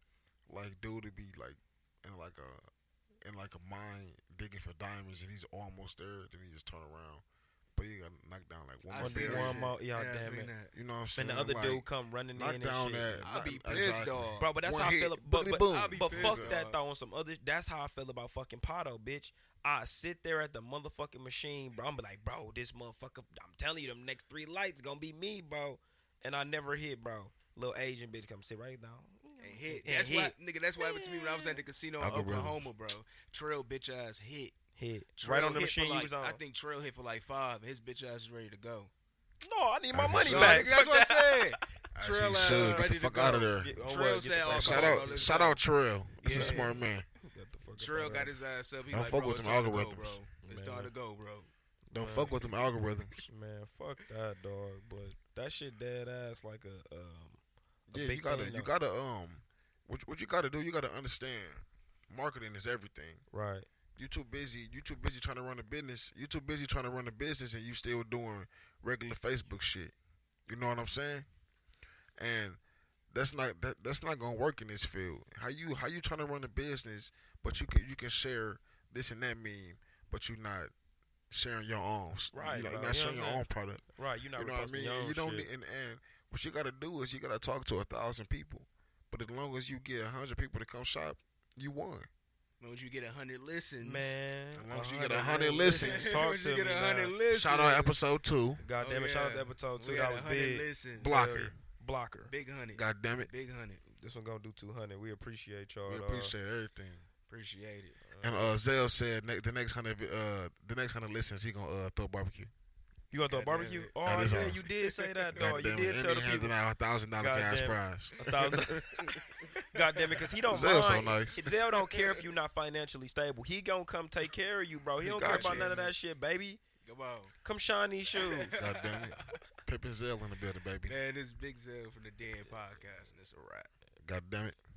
D: like dude to be like in like a in like a mine digging for diamonds and he's almost there, then he just turn around, but he got knocked down like one
C: I
D: more
C: seen
A: One,
D: barrel.
C: that
A: one
C: shit.
A: more. Yeah,
C: Yeah, I
A: damn
C: seen
A: it.
C: that.
D: You know what I'm saying?
A: And the other
D: like,
A: dude come running in
D: knock
A: and
D: down
A: shit.
D: that-
C: I be
D: Exactly.
C: pissed off.
A: Bro, but that's
D: One
A: how I
D: hit,
A: feel. But,
D: boogity
A: but,
D: boom.
A: I-
C: I'll be
A: but
C: pissed
A: fuck
C: off.
A: that though. On some other, that's how I feel about fucking Pato, bitch. I sit there at the motherfucking machine, bro. I'm be like, bro, this motherfucker. I'm telling you, them next three lights gonna be me, bro. And I never hit, bro. Little Asian bitch come sit right down.
C: And hit.
A: And
C: That's why,
A: hit.
C: nigga. That's what happened to me when I was at the casino in
D: Algorithm.
C: Oklahoma, bro. Trail bitch ass hit.
A: Hit
C: Trail
A: right on the
C: hit for
A: machine you
C: like-
A: was on.
C: I think Trail hit for like five. His bitch ass is ready to go.
A: no, I need my
D: That's
A: money
D: what-
A: back.
C: Nigga, that's
A: Fuck
C: what I'm
A: that.
C: saying.
D: I see,
C: Trail ass
D: shut
C: is
D: the
C: ready to
D: fuck
C: go.
D: out of there.
A: Get- oh,
C: Trail
A: well, get the
C: said,
A: fuck
C: "Oh,
A: out
D: Shout
A: of
C: bro,
D: out,
C: let's
D: shout
C: go."
D: out Trail. He's a
C: Yeah.
D: smart man.
A: here. Get the fuck up
C: Trail
A: out of
C: got
A: here.
C: his ass up. He
D: Don't
C: like,
D: fuck
C: bro,
D: with
C: it's
D: them
C: time to go,
D: algorithms.
C: bro. It's
A: Man.
C: time to go, bro.
D: Don't
A: Man.
D: fuck with them algorithms.
A: Man, fuck that dog. But that shit dead ass like a um. A
D: Yeah,
A: big
D: you gotta,
A: thing,
D: you
A: though.
D: gotta, um, what, what you gotta do? You gotta understand, marketing is everything.
A: Right.
D: you too busy. You too busy trying to run a business. You too busy trying to run a business, and you still doing regular Facebook shit. You know what I'm saying? And that's not that, that's not gonna work in this field. How you how you trying to run a business, but you can you can share this and that meme, but you not sharing your own. s-
A: Right,
D: You like,
A: bro.
D: not
A: You know
D: sharing
A: what
D: your
A: I'm
D: own product.
A: Right. You're not
D: you know what I
A: reposting
D: mean?
A: your
D: And
A: own
D: you don't
A: shit.
D: need, and, and what you gotta do is you gotta talk to a thousand people. But as long as you get a hundred people to come shop, you won.
C: Man, would you get a hundred listens?
A: Man,
D: As long as you get
A: 100
D: 100
A: listens,
D: listens.
A: talk
C: Would
A: to
C: you
A: me
C: get a hundred
A: now.
C: listens?
D: Shout out episode two,
A: God
C: Oh,
A: damn it! Shout out to
C: yeah.
A: episode two.
C: We
A: That
C: had
A: was
C: 100
A: big.
C: listens.
D: blocker.
A: Yeah. Blocker.
C: Big hundred.
D: God damn it.
C: Big hundred.
A: This one gonna do two hundred. We appreciate y'all.
D: We
A: dawg.
D: appreciate everything.
C: Appreciate it.
D: And uh, Zell said ne- the next hundred, vi- uh, the next hundred listens, he gonna uh, throw barbecue.
A: You gonna throw
C: God damn
A: barbecue?
C: it.
A: Oh
D: That is
A: yeah,
D: awesome.
A: you did say that,
D: God
A: dog. Oh, You
D: damn
A: did
D: it.
A: tell
D: And
A: the
D: he handing
A: people.
D: out a thousand dollar
A: God
D: cash
A: damn it.
D: prize.
A: A thousand- God damn it, because he don't
D: Zell so
A: mind.
D: nice.
A: Zell don't care if you're not financially stable. He gonna come take care of you, bro. He,
D: He
A: don't care
D: got
A: about
D: you.
A: none of that shit, baby.
C: Come on.
A: Come shine these shoes.
D: God damn it. Pippin Zell in the building, baby.
C: Man, this is Big Zell from the Dead Podcast, and it's a wrap.
D: God damn it.